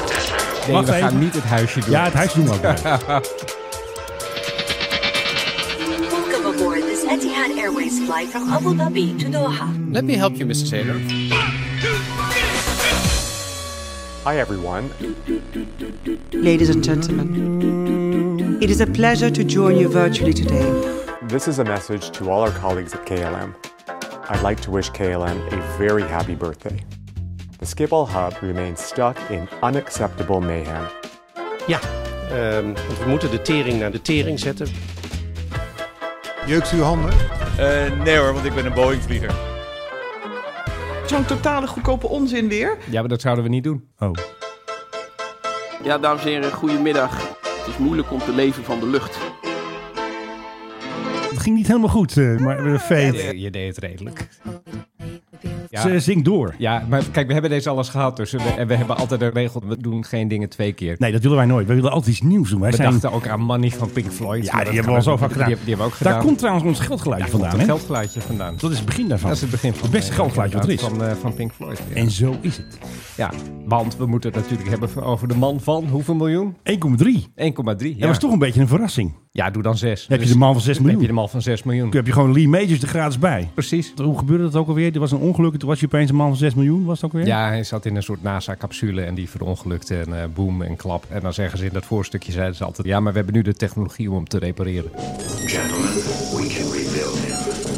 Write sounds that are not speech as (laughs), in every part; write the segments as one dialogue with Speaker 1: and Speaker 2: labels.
Speaker 1: Nee,
Speaker 2: Wacht
Speaker 1: we
Speaker 2: even.
Speaker 1: gaan niet het huisje doen.
Speaker 2: Ja, het huis doen we
Speaker 1: (laughs)
Speaker 2: ook. nog.
Speaker 3: Welcome aboard this Etihad Airways flight from Abu Dhabi to Doha.
Speaker 4: Let me help you, Mr. Sailor.
Speaker 5: Hi, everyone.
Speaker 6: Ladies and gentlemen, it is a pleasure to join you virtually today.
Speaker 5: This is a message to all our colleagues at KLM. I'd like to wish KLM a very happy birthday. The Schiphol hub remains stuck in unacceptable mayhem.
Speaker 4: Ja, ehm, want we moeten de tering naar de tering zetten.
Speaker 7: Jeukt u handen?
Speaker 8: nee hoor, want ik ben een Boeing-vlieger.
Speaker 9: Zo'n totale goedkope onzin weer.
Speaker 1: Ja, maar dat zouden we niet doen.
Speaker 2: Oh.
Speaker 10: Ja, dames en heren, goedemiddag. Het is moeilijk om te leven van de lucht.
Speaker 2: Het ging niet helemaal goed, eh, maar we feit.
Speaker 1: Je deed het redelijk.
Speaker 2: Ze
Speaker 1: Ja.
Speaker 2: zingt door.
Speaker 1: ja, maar kijk, we hebben deze alles gehad. Dus we, en we hebben altijd een regel, we doen geen dingen twee keer.
Speaker 2: Nee, dat willen wij nooit. We willen altijd iets nieuws doen. Wij
Speaker 1: We
Speaker 2: zijn...
Speaker 1: dachten ook aan Money van Pink Floyd.
Speaker 2: Ja,
Speaker 1: maar dat
Speaker 2: die hebben we al zo
Speaker 1: kan-
Speaker 2: vaak
Speaker 1: die-
Speaker 2: gedaan.
Speaker 1: Die, hebben- die hebben we ook
Speaker 2: Daar
Speaker 1: gedaan.
Speaker 2: komt trouwens ons geldgeluidje vandaan.
Speaker 1: Het
Speaker 2: Hè?
Speaker 1: geldgeluidje vandaan.
Speaker 2: Dat is het begin daarvan.
Speaker 1: Dat is het begin van
Speaker 2: Het beste
Speaker 1: eh,
Speaker 2: geldgeluidje wat er is.
Speaker 1: Van, eh, van Pink Floyd. Ja.
Speaker 2: En zo is het. 1,3.
Speaker 1: Ja, want we moeten het natuurlijk hebben over de man van hoeveel miljoen? 1,3.
Speaker 2: Dat
Speaker 1: Ja,
Speaker 2: was toch een beetje een verrassing.
Speaker 1: ja doe dan 6.
Speaker 2: Heb je de man van 6 miljoen?
Speaker 1: Heb je de man van 6 miljoen.
Speaker 2: Toen heb je gewoon Lee Majors er gratis bij.
Speaker 1: Precies.
Speaker 2: Hoe gebeurde dat ook alweer? Er was een ongeluk. en Toen was je opeens een man van 6 miljoen. Was het ook weer?
Speaker 1: Ja, hij zat in een soort NASA-capsule en die verongelukte en eh, boom en klap. En dan zeggen ze in dat voorstukje, zeiden ze altijd... Ja, maar we hebben nu de technologie om hem te repareren.
Speaker 8: Gentlemen, we can rebuild him.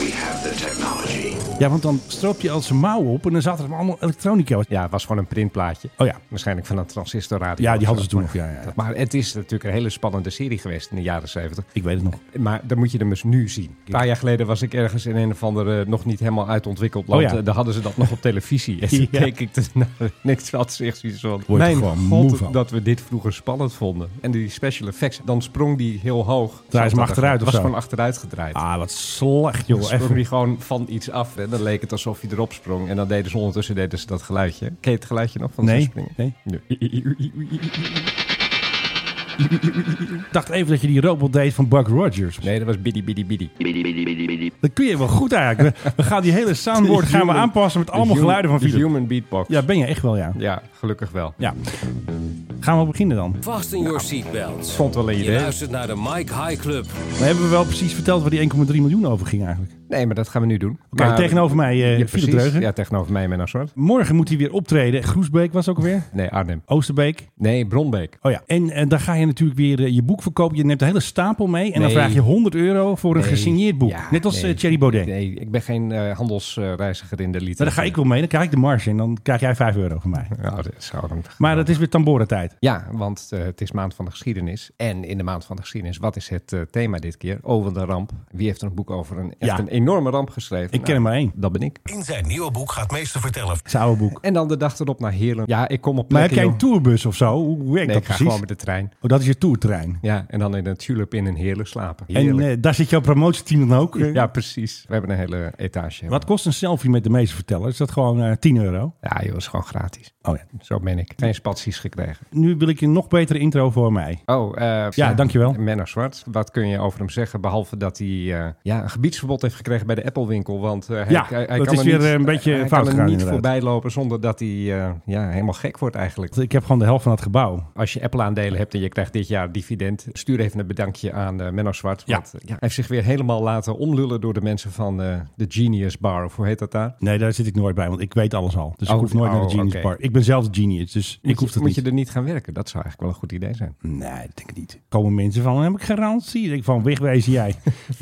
Speaker 8: We have the technology.
Speaker 2: Ja, want dan stroop je al zijn mouw op en dan zaten er allemaal elektronica.
Speaker 1: Ja, het was gewoon een printplaatje.
Speaker 2: Oh ja.
Speaker 1: Waarschijnlijk van een transistorradio.
Speaker 2: Ja, die
Speaker 1: of
Speaker 2: hadden
Speaker 1: zo.
Speaker 2: ze toen nog, ja, ja.
Speaker 1: Maar het is natuurlijk een hele spannende serie geweest in de jaren 70.
Speaker 2: Ik weet het nog.
Speaker 1: Maar dan moet je hem dus nu zien. Een paar jaar geleden was ik ergens in een of andere eh, nog niet helemaal uitontwikkeld land.
Speaker 2: Oh ja.
Speaker 1: Eh, Daar hadden ze dat nog op
Speaker 2: (laughs)
Speaker 1: televisie. En toen
Speaker 2: Ja.
Speaker 1: keek ik ernaar. Niks had zich zoiets van.
Speaker 2: Word je
Speaker 1: Mijn
Speaker 2: gewoon moe van.
Speaker 1: god, dat we dit vroeger spannend vonden. En die special effects, dan sprong die heel hoog.
Speaker 2: hem
Speaker 1: Zat dat
Speaker 2: achteruit
Speaker 1: er-
Speaker 2: of
Speaker 1: was
Speaker 2: zo?
Speaker 1: gewoon achteruit gedraaid.
Speaker 2: Ah, wat slecht, joh.
Speaker 1: Dan sprong
Speaker 2: Even.
Speaker 1: die gewoon van iets af. En dan leek het alsof hij erop sprong. En dan deden ze ondertussen deden ze dat geluidje. Ken je het geluidje nog van
Speaker 2: Nee,
Speaker 1: zo springen?
Speaker 2: nee.
Speaker 1: Nee.
Speaker 2: Ik dacht even dat je die robot deed van Buck Rogers.
Speaker 1: Nee, dat was biddy biddy biddy.
Speaker 2: Dat kun je wel goed eigenlijk. We, we gaan die hele soundboard gaan we
Speaker 1: Human-
Speaker 2: aanpassen met
Speaker 1: de
Speaker 2: allemaal
Speaker 1: human-
Speaker 2: geluiden van
Speaker 1: de
Speaker 2: Philip.
Speaker 1: Human beatbox.
Speaker 2: Ja, ben je echt wel, ja.
Speaker 1: Ja, gelukkig wel.
Speaker 2: ja. Gaan we beginnen dan?
Speaker 4: Fasten your seatbelts.
Speaker 1: Vond wel een idee.
Speaker 4: naar de Mike High Club.
Speaker 2: Maar hebben we wel precies verteld waar die 1,3 miljoen over ging eigenlijk?
Speaker 1: Nee, maar dat gaan we nu doen.
Speaker 2: Oké,
Speaker 1: Maar-
Speaker 2: tegenover mij eh
Speaker 1: ja,
Speaker 2: Philip
Speaker 1: precies.
Speaker 2: Dreugen.
Speaker 1: Ja, tegenover mij Menno Zwart.
Speaker 2: Morgen moet hij weer optreden. Groesbeek was ook weer.
Speaker 1: Nee, Arnhem.
Speaker 2: Oosterbeek.
Speaker 1: Nee, Bronbeek.
Speaker 2: Oh ja. En eh, dan ga je natuurlijk weer eh, je boek verkopen. Je neemt een hele stapel mee. En dan
Speaker 1: Nee.
Speaker 2: vraag je 100 euro voor een
Speaker 1: Nee.
Speaker 2: gesigneerd boek.
Speaker 1: Ja,
Speaker 2: Net als eh,
Speaker 1: nee.
Speaker 2: Thierry Baudet.
Speaker 1: Nee, ik ben geen eh, handelsreiziger in de liter.
Speaker 2: Nou, daar ga ik wel mee. Dan krijg ik de marge. En dan krijg jij 5 euro van mij.
Speaker 1: Ja, dat zou dan...
Speaker 2: Maar dat is weer Tambora-tijd.
Speaker 1: Ja, want eh, het is maand van de geschiedenis. En in de maand van de geschiedenis, wat is het eh, thema dit keer? Over de ramp. Wie heeft er een boek over een, echt
Speaker 2: Ja.
Speaker 1: een enorme ramp geschreven? Nou,
Speaker 2: Ik ken er maar één.
Speaker 1: Dat ben ik.
Speaker 8: In zijn nieuwe boek gaat meester vertellen.
Speaker 2: Zijn oude boek.
Speaker 1: En dan de dag erop naar Heerlen. Ja, ik kom op
Speaker 2: Maar heb
Speaker 1: plekken,
Speaker 2: jij een
Speaker 1: joh.
Speaker 2: tourbus of zo? Hoe
Speaker 1: Nee,
Speaker 2: werkt dat
Speaker 1: ik ga
Speaker 2: precies?
Speaker 1: gewoon met de trein.
Speaker 2: Oh, dat is je tourterrein.
Speaker 1: Ja, en dan in een tulip in een Heerlen slapen.
Speaker 2: En
Speaker 1: Heerlijk.
Speaker 2: eh, daar zit jouw promotieteam dan ook. eh?
Speaker 1: ja, precies. We hebben een hele etage.
Speaker 2: Wat kost een selfie met de meeste verteller? Is dat gewoon eh 10 euro?
Speaker 1: Ja, joh, is gewoon gratis.
Speaker 2: Oh ja.
Speaker 1: Zo ben ik. Geen spaties gekregen.
Speaker 2: Nu wil ik een nog betere intro voor mij.
Speaker 1: Oh, eh,
Speaker 2: dankjewel.
Speaker 1: Menno Zwart, wat kun je over hem zeggen? Behalve dat hij eh, ja, een gebiedsverbod heeft gekregen bij de Apple-winkel. Want eh, hij,
Speaker 2: Ja,
Speaker 1: hij, hij
Speaker 2: dat
Speaker 1: kan
Speaker 2: is
Speaker 1: er
Speaker 2: weer eh,
Speaker 1: niet,
Speaker 2: een beetje
Speaker 1: hij
Speaker 2: fout
Speaker 1: kan er
Speaker 2: gegaan,
Speaker 1: niet
Speaker 2: inderdaad.
Speaker 1: voorbij lopen zonder dat hij eh, ja, helemaal gek wordt eigenlijk.
Speaker 2: Ik heb gewoon de helft van het gebouw.
Speaker 1: Als je Apple-aandelen hebt en je krijgt dit jaar dividend, stuur even een bedankje aan eh, Menno Zwart.
Speaker 2: Ja.
Speaker 1: Want eh, hij heeft zich weer helemaal laten omlullen door de mensen van eh, de Genius Bar. Of hoe heet dat daar?
Speaker 2: Nee, daar zit ik nooit bij, want ik weet alles al. Dus
Speaker 1: Oh,
Speaker 2: ik hoef nooit naar de
Speaker 1: oh,
Speaker 2: Genius
Speaker 1: oké.
Speaker 2: Bar. Ik ben zelf de genius, dus ik
Speaker 1: moet
Speaker 2: hoef
Speaker 1: je,
Speaker 2: dat
Speaker 1: moet
Speaker 2: niet.
Speaker 1: je er niet gaan werken? Dat zou eigenlijk wel een goed idee zijn.
Speaker 2: Nee, dat denk ik niet. Komen mensen van, dan heb ik garantie. Dan denk ik van, wegwezen
Speaker 1: (laughs)
Speaker 2: jij.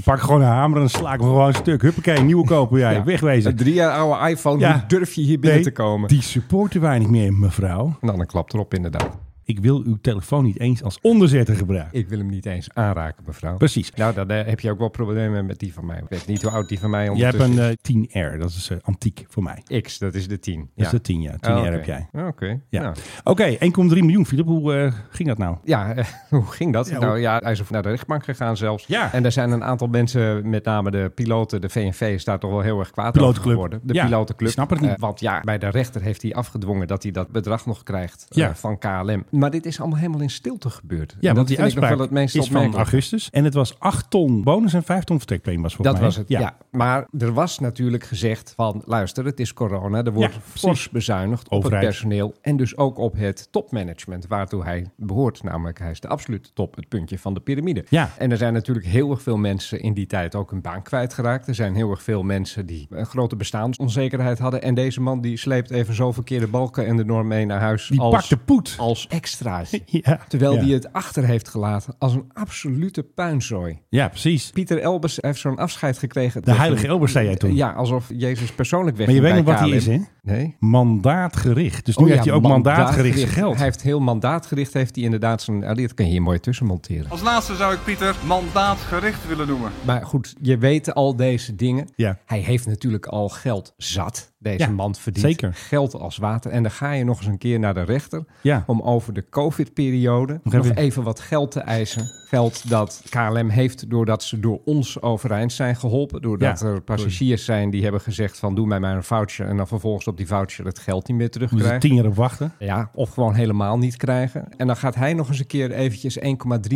Speaker 2: Pak gewoon een hamer en sla ik hem gewoon een stuk. Huppakee, nieuwe kopen jij.
Speaker 1: (laughs) Ja.
Speaker 2: Wegwezen.
Speaker 1: Een drie jaar oude iPhone,
Speaker 2: Ja.
Speaker 1: hoe durf je hier binnen
Speaker 2: Nee,
Speaker 1: te komen?
Speaker 2: Die supporten wij niet meer, mevrouw.
Speaker 1: En dan een klap erop inderdaad.
Speaker 2: Ik wil uw telefoon niet eens als onderzetter gebruiken.
Speaker 1: Ik wil hem niet eens aanraken, mevrouw.
Speaker 2: Precies.
Speaker 1: Nou, dan eh, heb je ook wel problemen met die van mij. Ik weet niet hoe oud die van mij
Speaker 2: Jij hebt
Speaker 1: ondertussen
Speaker 2: een eh, 10R, dat is eh, antiek voor mij.
Speaker 1: is. X, dat is de 10.
Speaker 2: Dat is de 10, ja. 10R
Speaker 1: Oh, oké.
Speaker 2: heb jij.
Speaker 1: Oh, Oké.
Speaker 2: Ja.
Speaker 1: Nou.
Speaker 2: Oké, 1,3 miljoen, Filip. Hoe eh, ging dat nou?
Speaker 1: Ja, (laughs) eh, hoe ging dat?
Speaker 2: Ja,
Speaker 1: nou
Speaker 2: hoe-
Speaker 1: ja, hij is naar de rechtbank gegaan zelfs.
Speaker 2: Ja.
Speaker 1: En er zijn een aantal mensen, met name de piloten, de VNV is daar toch wel heel erg kwaad
Speaker 2: Pilotenclub.
Speaker 1: over geworden. De
Speaker 2: Ja,
Speaker 1: pilotenclub.
Speaker 2: ik snap het niet.
Speaker 1: Eh, want ja, bij de rechter heeft hij afgedwongen dat hij dat bedrag nog krijgt eh,
Speaker 2: Ja.
Speaker 1: van KLM. Nou, Maar dit is allemaal helemaal in stilte gebeurd.
Speaker 2: Ja,
Speaker 1: En
Speaker 2: want die
Speaker 1: vind ik nog
Speaker 2: uitspraak
Speaker 1: wel het meest
Speaker 2: is van
Speaker 1: opmerkelijke.
Speaker 2: augustus. En het was 8 ton bonus en 5 ton vertrekpremie was volgens
Speaker 1: Dat
Speaker 2: mij.
Speaker 1: was het, ja. Maar er was natuurlijk gezegd van, luister, het is corona. Er wordt
Speaker 2: Ja, precies.
Speaker 1: fors bezuinigd op
Speaker 2: Overheid.
Speaker 1: het personeel en dus ook op het topmanagement, waartoe hij behoort. Namelijk, hij is de absolute top, het puntje van de piramide.
Speaker 2: Ja.
Speaker 1: En er zijn natuurlijk heel erg veel mensen in die tijd ook hun baan kwijtgeraakt. Er zijn heel erg veel mensen die een grote bestaansonzekerheid hadden. En deze man die sleept even zo verkeerde balken en de norm mee naar huis
Speaker 2: Die
Speaker 1: als,
Speaker 2: pakte poet.
Speaker 1: als
Speaker 2: (laughs)
Speaker 1: extraatje.
Speaker 2: Ja,
Speaker 1: Terwijl
Speaker 2: ja.
Speaker 1: die het achter heeft gelaten als een absolute puinzooi.
Speaker 2: Ja, precies.
Speaker 1: Pieter Elbers heeft zo'n afscheid gekregen.
Speaker 2: De heilige Elbers zei jij toen.
Speaker 1: Ja, alsof Jezus persoonlijk weg
Speaker 2: Maar je
Speaker 1: ging
Speaker 2: weet nog
Speaker 1: bij
Speaker 2: wat hij is,
Speaker 1: KLM.
Speaker 2: hè?
Speaker 1: Nee.
Speaker 2: Mandaatgericht. Dus nu
Speaker 1: Oh
Speaker 2: heeft
Speaker 1: ja,
Speaker 2: hij ook mandaatgericht zijn
Speaker 1: Hij
Speaker 2: geld.
Speaker 1: heeft heel mandaatgericht, heeft hij inderdaad zijn... ah, dit kan je hier mooi tussen monteren.
Speaker 7: Als laatste zou ik Pieter mandaatgericht willen noemen.
Speaker 1: Maar goed, je weet al deze dingen.
Speaker 2: Ja.
Speaker 1: Hij heeft natuurlijk al geld zat, deze
Speaker 2: Ja,
Speaker 1: man verdient.
Speaker 2: zeker.
Speaker 1: Geld als water. En dan ga je nog eens een keer naar de rechter
Speaker 2: Ja.
Speaker 1: om over de covid-periode nog,
Speaker 2: Nog even-
Speaker 1: even wat geld te eisen. Geld dat KLM heeft doordat ze door ons overeind zijn geholpen. Doordat
Speaker 2: Ja,
Speaker 1: er passagiers zijn die hebben gezegd van doe mij maar een voucher. En dan vervolgens op die voucher het geld niet meer
Speaker 2: Moet ze
Speaker 1: terugkrijgen.
Speaker 2: tien jaar op wachten.
Speaker 1: Ja, of gewoon helemaal niet krijgen. En dan gaat hij nog eens een keer eventjes 1,3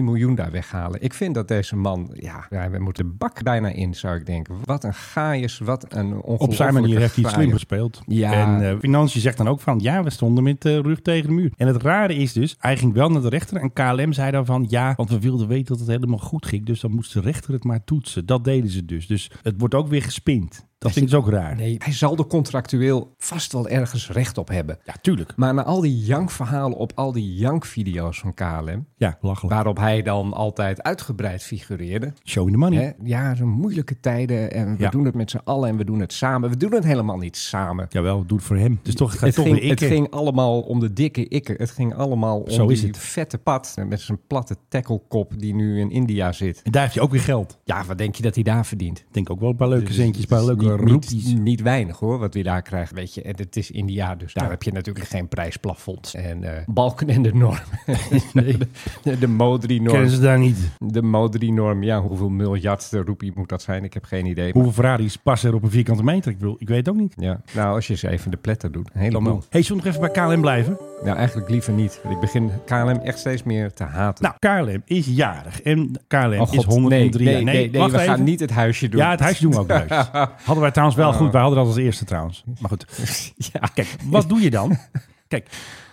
Speaker 1: miljoen daar weghalen. Ik vind dat deze man, ja, ja, we moeten de bak bijna in, zou ik denken. Wat een gaaiers, wat een ongelooflijke
Speaker 2: Op zijn manier heeft hij het
Speaker 1: gaaier.
Speaker 2: slim gespeeld.
Speaker 1: Ja.
Speaker 2: En eh, Financiën zegt dan ook van, ja, we stonden met de rug tegen de muur. En het rare is dus, hij ging wel naar de rechter en KLM zei dan van, ja, want we wilden weten dat het helemaal goed ging. Dus dan moest de rechter het maar toetsen. Dat deden ze dus. Dus het wordt ook weer gespind. Dat vind ik dus ook raar.
Speaker 1: Nee, hij zal er contractueel vast wel ergens recht op hebben.
Speaker 2: Ja, tuurlijk.
Speaker 1: Maar na al die jankverhalen op al die jankvideo's van KLM...
Speaker 2: Ja, lachelijk.
Speaker 1: waarop hij dan altijd uitgebreid figureerde...
Speaker 2: Show in the money.
Speaker 1: Hè? Ja, zo'n moeilijke tijden en we
Speaker 2: Ja.
Speaker 1: doen het met z'n allen en we doen het samen. We doen het helemaal niet samen.
Speaker 2: Jawel, doe het voor hem. Dus toch, het gaat
Speaker 1: Het
Speaker 2: toch
Speaker 1: ging,
Speaker 2: weer
Speaker 1: het
Speaker 2: ik.
Speaker 1: ging allemaal om de dikke ikker. Het ging allemaal om
Speaker 2: Zo is
Speaker 1: die
Speaker 2: het.
Speaker 1: vette pad met zijn platte tacklekop die nu in India zit.
Speaker 2: En daar heb je ook weer geld.
Speaker 1: Ja, wat denk je dat hij daar verdient?
Speaker 2: Ik denk ook wel een paar leuke centjes, een paar leuke
Speaker 1: Dus Niet-
Speaker 2: roepies.
Speaker 1: Niet, niet weinig hoor, wat hij daar krijgt. Weet je, en het is India, dus daar heb je natuurlijk geen prijsplafond. En eh, balken en de norm. (laughs)
Speaker 2: Nee.
Speaker 1: de, de Modri-norm.
Speaker 2: Kennen ze daar niet.
Speaker 1: De Modri-norm, ja, hoeveel miljard roepie moet dat zijn? Ik heb geen idee.
Speaker 2: Hoeveel Ferraris passen er op een vierkante meter? Ik, bedoel, ik weet het ook niet.
Speaker 1: Ja, nou, als je ze even de pletter doet. Helemaal.
Speaker 2: Hey, zullen we nog even bij KLM blijven?
Speaker 1: Nou, eigenlijk liever niet. want Ik begin KLM echt steeds meer te haten.
Speaker 2: Nou, KLM is jarig. En KLM
Speaker 1: Oh, God,
Speaker 2: is 103
Speaker 1: nee,
Speaker 2: jaar.
Speaker 1: nee, nee, nee,
Speaker 2: wacht
Speaker 1: we gaan
Speaker 2: even.
Speaker 1: niet Oh. het huisje doen.
Speaker 2: Ja, het huisje doen we ook
Speaker 1: (laughs)
Speaker 2: leuk. Hadden wij trouwens wel goed. Wij hadden dat als eerste trouwens. Maar goed.
Speaker 1: Ja.
Speaker 2: Kijk, wat doe je dan? Kijk,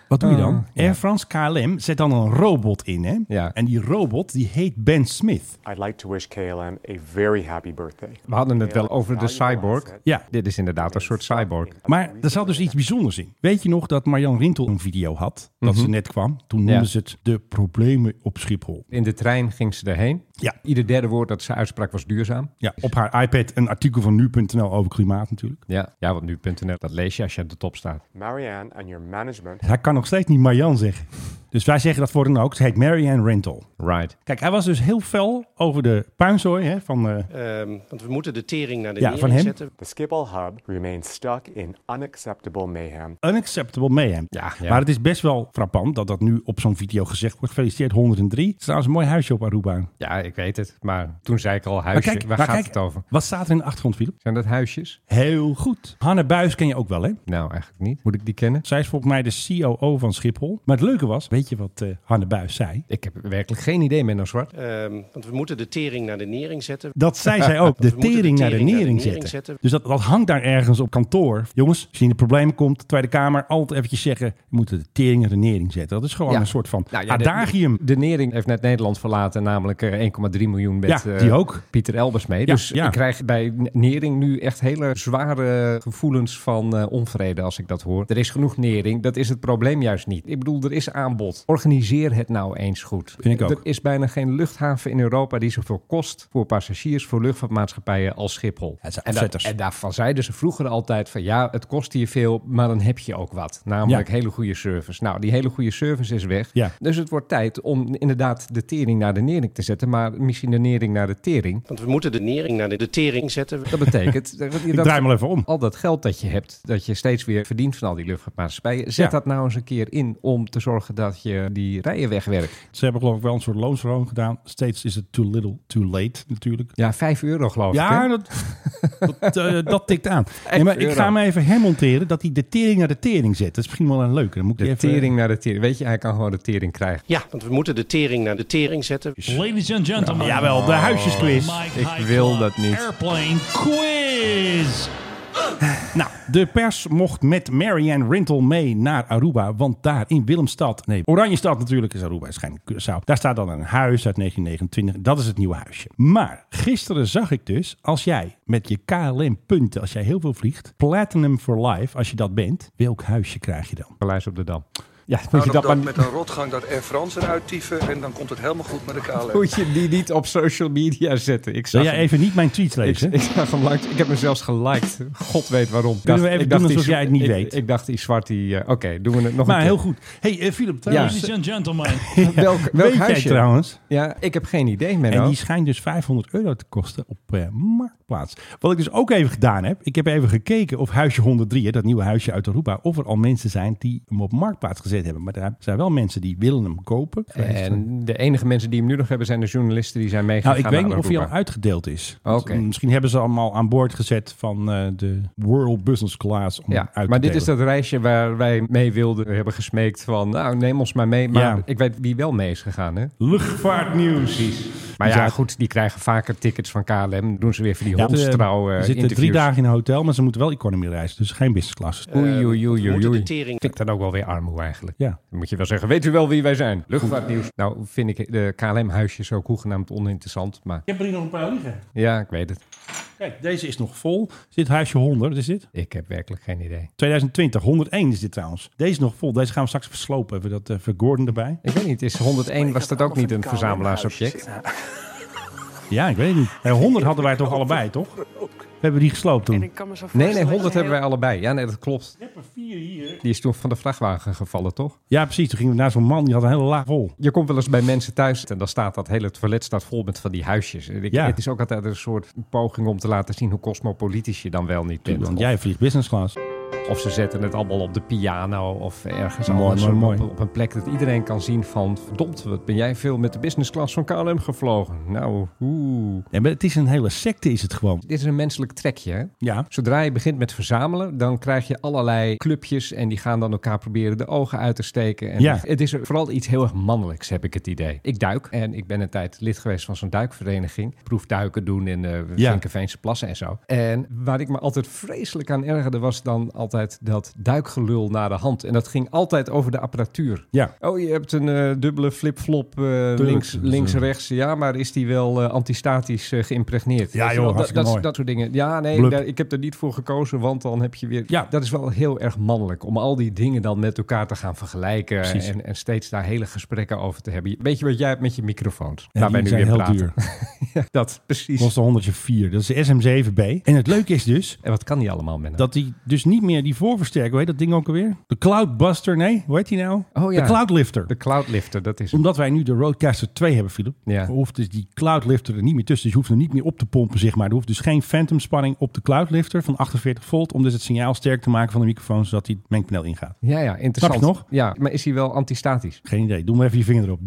Speaker 2: wat doe je dan? Air France KLM zet dan een robot in, hè?
Speaker 1: Oh, Ja.
Speaker 2: En die robot, die heet Ben Smith.
Speaker 5: I'd like to wish KLM a very happy birthday.
Speaker 1: We hadden het wel over de cyborg.
Speaker 2: Ja.
Speaker 1: Dit is inderdaad een soort cyborg.
Speaker 2: Maar er zat dus iets bijzonders in. Weet je nog dat Marjan Rintel een video had? Dat ze net kwam. Toen noemden
Speaker 1: Mhm. Ja.
Speaker 2: ze het de problemen op Schiphol.
Speaker 1: In de trein ging ze erheen.
Speaker 2: Ja.
Speaker 1: Ieder derde woord dat ze uitsprak was duurzaam.
Speaker 2: Ja, op haar iPad een artikel van nu.nl over klimaat natuurlijk.
Speaker 1: Ja, ja want nu.nl, dat lees je als je aan de top staat.
Speaker 5: Marianne and your management
Speaker 2: Hij kan nog steeds niet Marjan zeggen. Dus wij zeggen dat voor dan ook. Ze heet Marianne Rental.
Speaker 1: Right.
Speaker 2: Kijk, hij was dus heel fel over de puinzooi hè, van... eh,
Speaker 4: Ehm, want we moeten de tering naar de
Speaker 2: Ja,
Speaker 4: nering
Speaker 2: van hem.
Speaker 4: zetten.
Speaker 5: The Schiphol hub remains stuck in unacceptable mayhem.
Speaker 2: Unacceptable mayhem.
Speaker 1: Ja, ja.
Speaker 2: Maar het is best wel frappant dat dat nu op zo'n video gezegd wordt. Gefeliciteerd, 103. Het is trouwens een mooi huisje op Aruba. Maar
Speaker 1: Ja, ik weet het. Maar toen zei ik al huisje. Waar
Speaker 2: maar
Speaker 1: gaat
Speaker 2: kijk,
Speaker 1: het over?
Speaker 2: Wat staat er in de achtergrond, Philip?
Speaker 1: Zijn dat huisjes?
Speaker 2: Heel goed. Hanne Buis ken je ook wel, hè?
Speaker 1: Nou, eigenlijk niet. Moet ik die kennen?
Speaker 2: Zij is volgens mij de COO van Schiphol. Maar het leuke was, weet je wat eh Hanne Buis zei?
Speaker 1: Ik heb werkelijk geen idee, Menno Zwart.
Speaker 4: Ehm, want we moeten de tering naar de nering zetten.
Speaker 2: Dat
Speaker 1: (laughs)
Speaker 2: zij zij ook, de
Speaker 4: We moeten de
Speaker 2: tering naar de
Speaker 4: tering naar de
Speaker 2: nering
Speaker 4: nering
Speaker 2: zetten.
Speaker 4: zetten.
Speaker 2: Dus dat, dat hangt daar ergens op kantoor. Jongens, als je in de problemen komt, Tweede Kamer, altijd eventjes zeggen... we moeten de tering naar de nering zetten. Dat is gewoon
Speaker 1: Ja.
Speaker 2: een soort van
Speaker 1: Nou ja, de-
Speaker 2: adagium.
Speaker 1: De, nering heeft net Nederland verlaten, namelijk eh, 1,3 miljoen met
Speaker 2: Ja,
Speaker 1: eh,
Speaker 2: die ook.
Speaker 1: Pieter Elbers mee.
Speaker 2: Ja,
Speaker 1: dus
Speaker 2: ja.
Speaker 1: ik krijg bij n- nering nu echt hele zware gevoelens van eh, onvrede als ik dat hoor. Er is genoeg nering, dat is het probleem juist niet. Ik bedoel, er is aanbod. Organiseer het nou eens goed.
Speaker 2: Vind ik
Speaker 1: Er
Speaker 2: ook.
Speaker 1: is bijna geen luchthaven in Europa die zoveel kost voor passagiers, voor luchtvaartmaatschappijen als Schiphol.
Speaker 2: het zijn
Speaker 1: en, dat-
Speaker 2: afzetters.
Speaker 1: en daarvan zeiden ze vroeger altijd van ja, het kost hier veel, maar dan heb je ook wat. Namelijk
Speaker 2: Ja.
Speaker 1: hele goede service. Nou, die hele goede service is weg.
Speaker 2: Ja.
Speaker 1: Dus het wordt tijd om inderdaad de tering naar de nering te zetten, maar misschien de nering naar de tering.
Speaker 4: Want we moeten de nering naar de, de tering zetten.
Speaker 1: Dat
Speaker 2: (laughs)
Speaker 1: betekent dat je
Speaker 2: Ik
Speaker 1: dat-
Speaker 2: draai hem wel even om.
Speaker 1: al dat geld dat je hebt, dat je steeds weer verdient van al die luchtvaartmaatschappijen, zet
Speaker 2: Ja.
Speaker 1: dat nou eens een keer in om te zorgen dat dat je die rijen wegwerkt.
Speaker 2: Ze hebben geloof ik wel een soort loonsverhoging gedaan. Steeds is het too little, too late natuurlijk.
Speaker 1: Ja, 5 euro geloof ik.
Speaker 2: Ja, nou,
Speaker 1: hè?
Speaker 2: dat,
Speaker 1: (laughs)
Speaker 2: dat, eh, dat tikt aan. Nee, maar ik
Speaker 1: euro.
Speaker 2: ga hem even hermonteren dat hij de tering naar de tering zet. Dat is misschien wel een leuke. Dan moet ik
Speaker 1: De
Speaker 2: even-
Speaker 1: tering naar de tering. Weet je, hij kan gewoon de tering krijgen.
Speaker 4: Ja, want we moeten de tering naar de tering zetten.
Speaker 11: Ladies and gentlemen. Oh,
Speaker 2: Jawel, de huisjesquiz.
Speaker 11: Mike
Speaker 1: Ik
Speaker 11: High
Speaker 1: wil
Speaker 11: Club
Speaker 1: dat niet.
Speaker 11: Airplane quiz.
Speaker 2: Nou, de pers mocht met Marianne Rintel mee naar Aruba. Want daar in Willemstad, nee, Oranjestad natuurlijk is Aruba, is geen Curaçao. Daar staat dan een huis uit 1929. Dat is het nieuwe huisje. Maar gisteren zag ik dus, als jij met je KLM-punten, als jij heel veel vliegt, Platinum for Life, als je dat bent, welk huisje krijg je dan?
Speaker 1: Paleis op de Dam.
Speaker 2: Ja,
Speaker 1: Nou,
Speaker 2: moet je dat maar...
Speaker 11: een rotgang dat Air France eruit tyfen en dan komt het helemaal goed met de KLM.
Speaker 1: Moet je die niet op social media zetten? Ik
Speaker 2: Wil
Speaker 1: zag
Speaker 2: jij
Speaker 1: hem-
Speaker 2: even niet mijn tweets
Speaker 1: Ik,
Speaker 2: lezen?
Speaker 1: ik (laughs) zag hem langs. Ik heb hem zelfs geliked. God weet waarom. Ik
Speaker 2: we even
Speaker 1: ik
Speaker 2: doen
Speaker 1: die
Speaker 2: alsof jij het niet
Speaker 1: ik-
Speaker 2: weet?
Speaker 1: Ik dacht, die zwart, die... eh, Oké, doen we het nog
Speaker 2: Maar
Speaker 1: een keer.
Speaker 2: heel goed. hey, eh, Philip, trouwens,
Speaker 11: Ladies and gentlemen.
Speaker 1: (laughs) Welk, welk
Speaker 2: weet jij
Speaker 1: huisje?
Speaker 2: trouwens
Speaker 1: Ja, ik heb geen idee, Menno.
Speaker 2: En die schijnt dus 500 euro te kosten op eh, Marktplaats. Wat ik dus ook even gedaan heb, ik heb even gekeken of huisje 103, hè, dat nieuwe huisje uit Aruba, of er al mensen zijn die hem op Marktplaats gezet hebben. Maar daar zijn wel mensen die willen hem kopen.
Speaker 1: En de enige mensen die hem nu nog hebben zijn de journalisten die zijn meegegaan.
Speaker 2: nou, ik weet niet
Speaker 1: naar
Speaker 2: of hij al
Speaker 1: Aruba.
Speaker 2: uitgedeeld is. mm,
Speaker 1: Oké.
Speaker 2: Misschien hebben ze allemaal aan boord gezet van eh, de World Business Class om hem
Speaker 1: Ja,
Speaker 2: uit te
Speaker 1: maar dit
Speaker 2: delen.
Speaker 1: is dat reisje waar wij mee wilden. We hebben gesmeekt van, nou neem ons maar mee. Maar
Speaker 2: Ja.
Speaker 1: ik weet wie wel mee is gegaan, hè?
Speaker 2: luchtvaartnieuws.
Speaker 1: Maar
Speaker 2: Die
Speaker 1: ja,
Speaker 2: zaten-
Speaker 1: goed, die krijgen vaker tickets van KLM. Doen ze weer voor die
Speaker 2: Ja, ze
Speaker 1: hondstrouw
Speaker 2: eh,
Speaker 1: eh
Speaker 2: zitten
Speaker 1: interviews.
Speaker 2: drie dagen in een hotel, maar ze moeten wel economy reizen. Dus geen business class.
Speaker 1: Oei, oei, oei,
Speaker 4: we
Speaker 1: oei,
Speaker 4: moeten
Speaker 1: oei.
Speaker 4: de tering-
Speaker 1: Vind ik Ehm, dan ook wel weer armoe eigenlijk.
Speaker 2: Ja.
Speaker 1: Dan moet je wel zeggen, weet u wel wie wij zijn? Luchtvaartnieuws. Nou vind ik de KLM-huisjes ook hoegenaamd oninteressant. Maar
Speaker 2: Ik heb er hier nog een paar liggen.
Speaker 1: ja, ik weet het.
Speaker 2: Kijk, deze is nog vol. Zit huisje 100, is dit?
Speaker 1: Ik heb werkelijk geen idee.
Speaker 2: 2020, 101 is dit trouwens. Deze is nog vol. Deze gaan we straks verslopen. Hebben we dat eh, voor Gordon erbij?
Speaker 1: Ik weet niet, is 101, was dat ook niet een verzamelaarsobject?
Speaker 2: Ja, ik weet het niet. Hey, 100 hadden wij toch allebei, toch? We hebben die gesloopt toen.
Speaker 1: Nee, nee, 100 hebben wij allebei. Ja, nee, dat klopt. Die is toen van de vrachtwagen gevallen, toch?
Speaker 2: Ja, precies. Toen gingen we naar zo'n man, die had een hele laag vol.
Speaker 1: Je komt wel eens bij mensen thuis en dan staat dat hele toilet staat vol met van die huisjes. En ik-
Speaker 2: Ja.
Speaker 1: Het is ook altijd een soort poging om te laten zien hoe cosmopolitisch je dan wel niet bent.
Speaker 2: Want
Speaker 1: Of-
Speaker 2: jij vliegt business class.
Speaker 1: Of ze zetten het allemaal op de piano of ergens
Speaker 2: Mooi,
Speaker 1: anders
Speaker 2: mooi,
Speaker 1: op-
Speaker 2: mooi.
Speaker 1: Op, een plek dat iedereen kan zien van... verdomd, wat ben jij veel met de business class van KLM gevlogen. Nou, oeh.
Speaker 2: Nee, maar het is een hele secte, is het gewoon.
Speaker 1: Dit is een menselijk trekje, hè?
Speaker 2: Ja.
Speaker 1: Zodra je begint met verzamelen, dan krijg je allerlei clubjes en die gaan dan elkaar proberen de ogen uit te steken. En
Speaker 2: Ja.
Speaker 1: Het is vooral iets heel erg mannelijks, heb ik het idee. Ik duik en ik ben een tijd lid geweest van zo'n duikvereniging. Proefduiken doen in de
Speaker 2: Ja.
Speaker 1: Vinkerveense plassen en zo. En waar ik me altijd vreselijk aan ergerde, was dan altijd dat duikgelul naar de hand. En dat ging altijd over de apparatuur.
Speaker 2: Ja.
Speaker 1: Oh, je hebt een eh, dubbele flip-flop eh, links, links, rechts. Ja, maar is die wel eh, antistatisch eh, geïmpregneerd?
Speaker 2: Ja,
Speaker 1: Weet je
Speaker 2: joh,
Speaker 1: wel, dat-
Speaker 2: hartstikke
Speaker 1: dat,
Speaker 2: mooi.
Speaker 1: dat soort dingen. Ja, nee,
Speaker 2: Blub.
Speaker 1: daar- ik heb er niet voor gekozen, want dan heb je weer...
Speaker 2: Ja.
Speaker 1: Dat is wel heel erg mannelijk, om al die dingen dan met elkaar te gaan vergelijken...
Speaker 2: Precies.
Speaker 1: En, en steeds daar hele gesprekken over te hebben. Weet je wat jij hebt met je microfoons?
Speaker 2: Ja,
Speaker 1: Waar wij
Speaker 2: die zijn heel duur.
Speaker 1: Ja, (laughs) dat, precies.
Speaker 2: Kost 104. Dat is de SM7B. En het leuke is dus,
Speaker 1: En wat kan die allemaal, Menno?
Speaker 2: dat die dus niet meer die voorversterker, hoe heet dat ding ook alweer? De Cloudbuster, nee, hoe heet die nou?
Speaker 1: Oh, ja.
Speaker 2: De Cloudlifter.
Speaker 1: De cloudlifter, dat is...
Speaker 2: Omdat wij nu de Roadcaster 2 hebben, Philip,
Speaker 1: Ja.
Speaker 2: hoeft dus die cloudlifter er niet meer tussen. Dus je hoeft hem niet meer op te pompen, zeg maar. Er hoeft dus geen phantomspanning op de cloudlifter van 48 volt... om dus het signaal sterk te maken van de microfoon, zodat hij het mengpaneel ingaat.
Speaker 1: Ja, ja, interessant.
Speaker 2: Snap je nog?
Speaker 1: Ja, maar is hij wel antistatisch?
Speaker 2: Geen idee, doe maar even je vinger erop.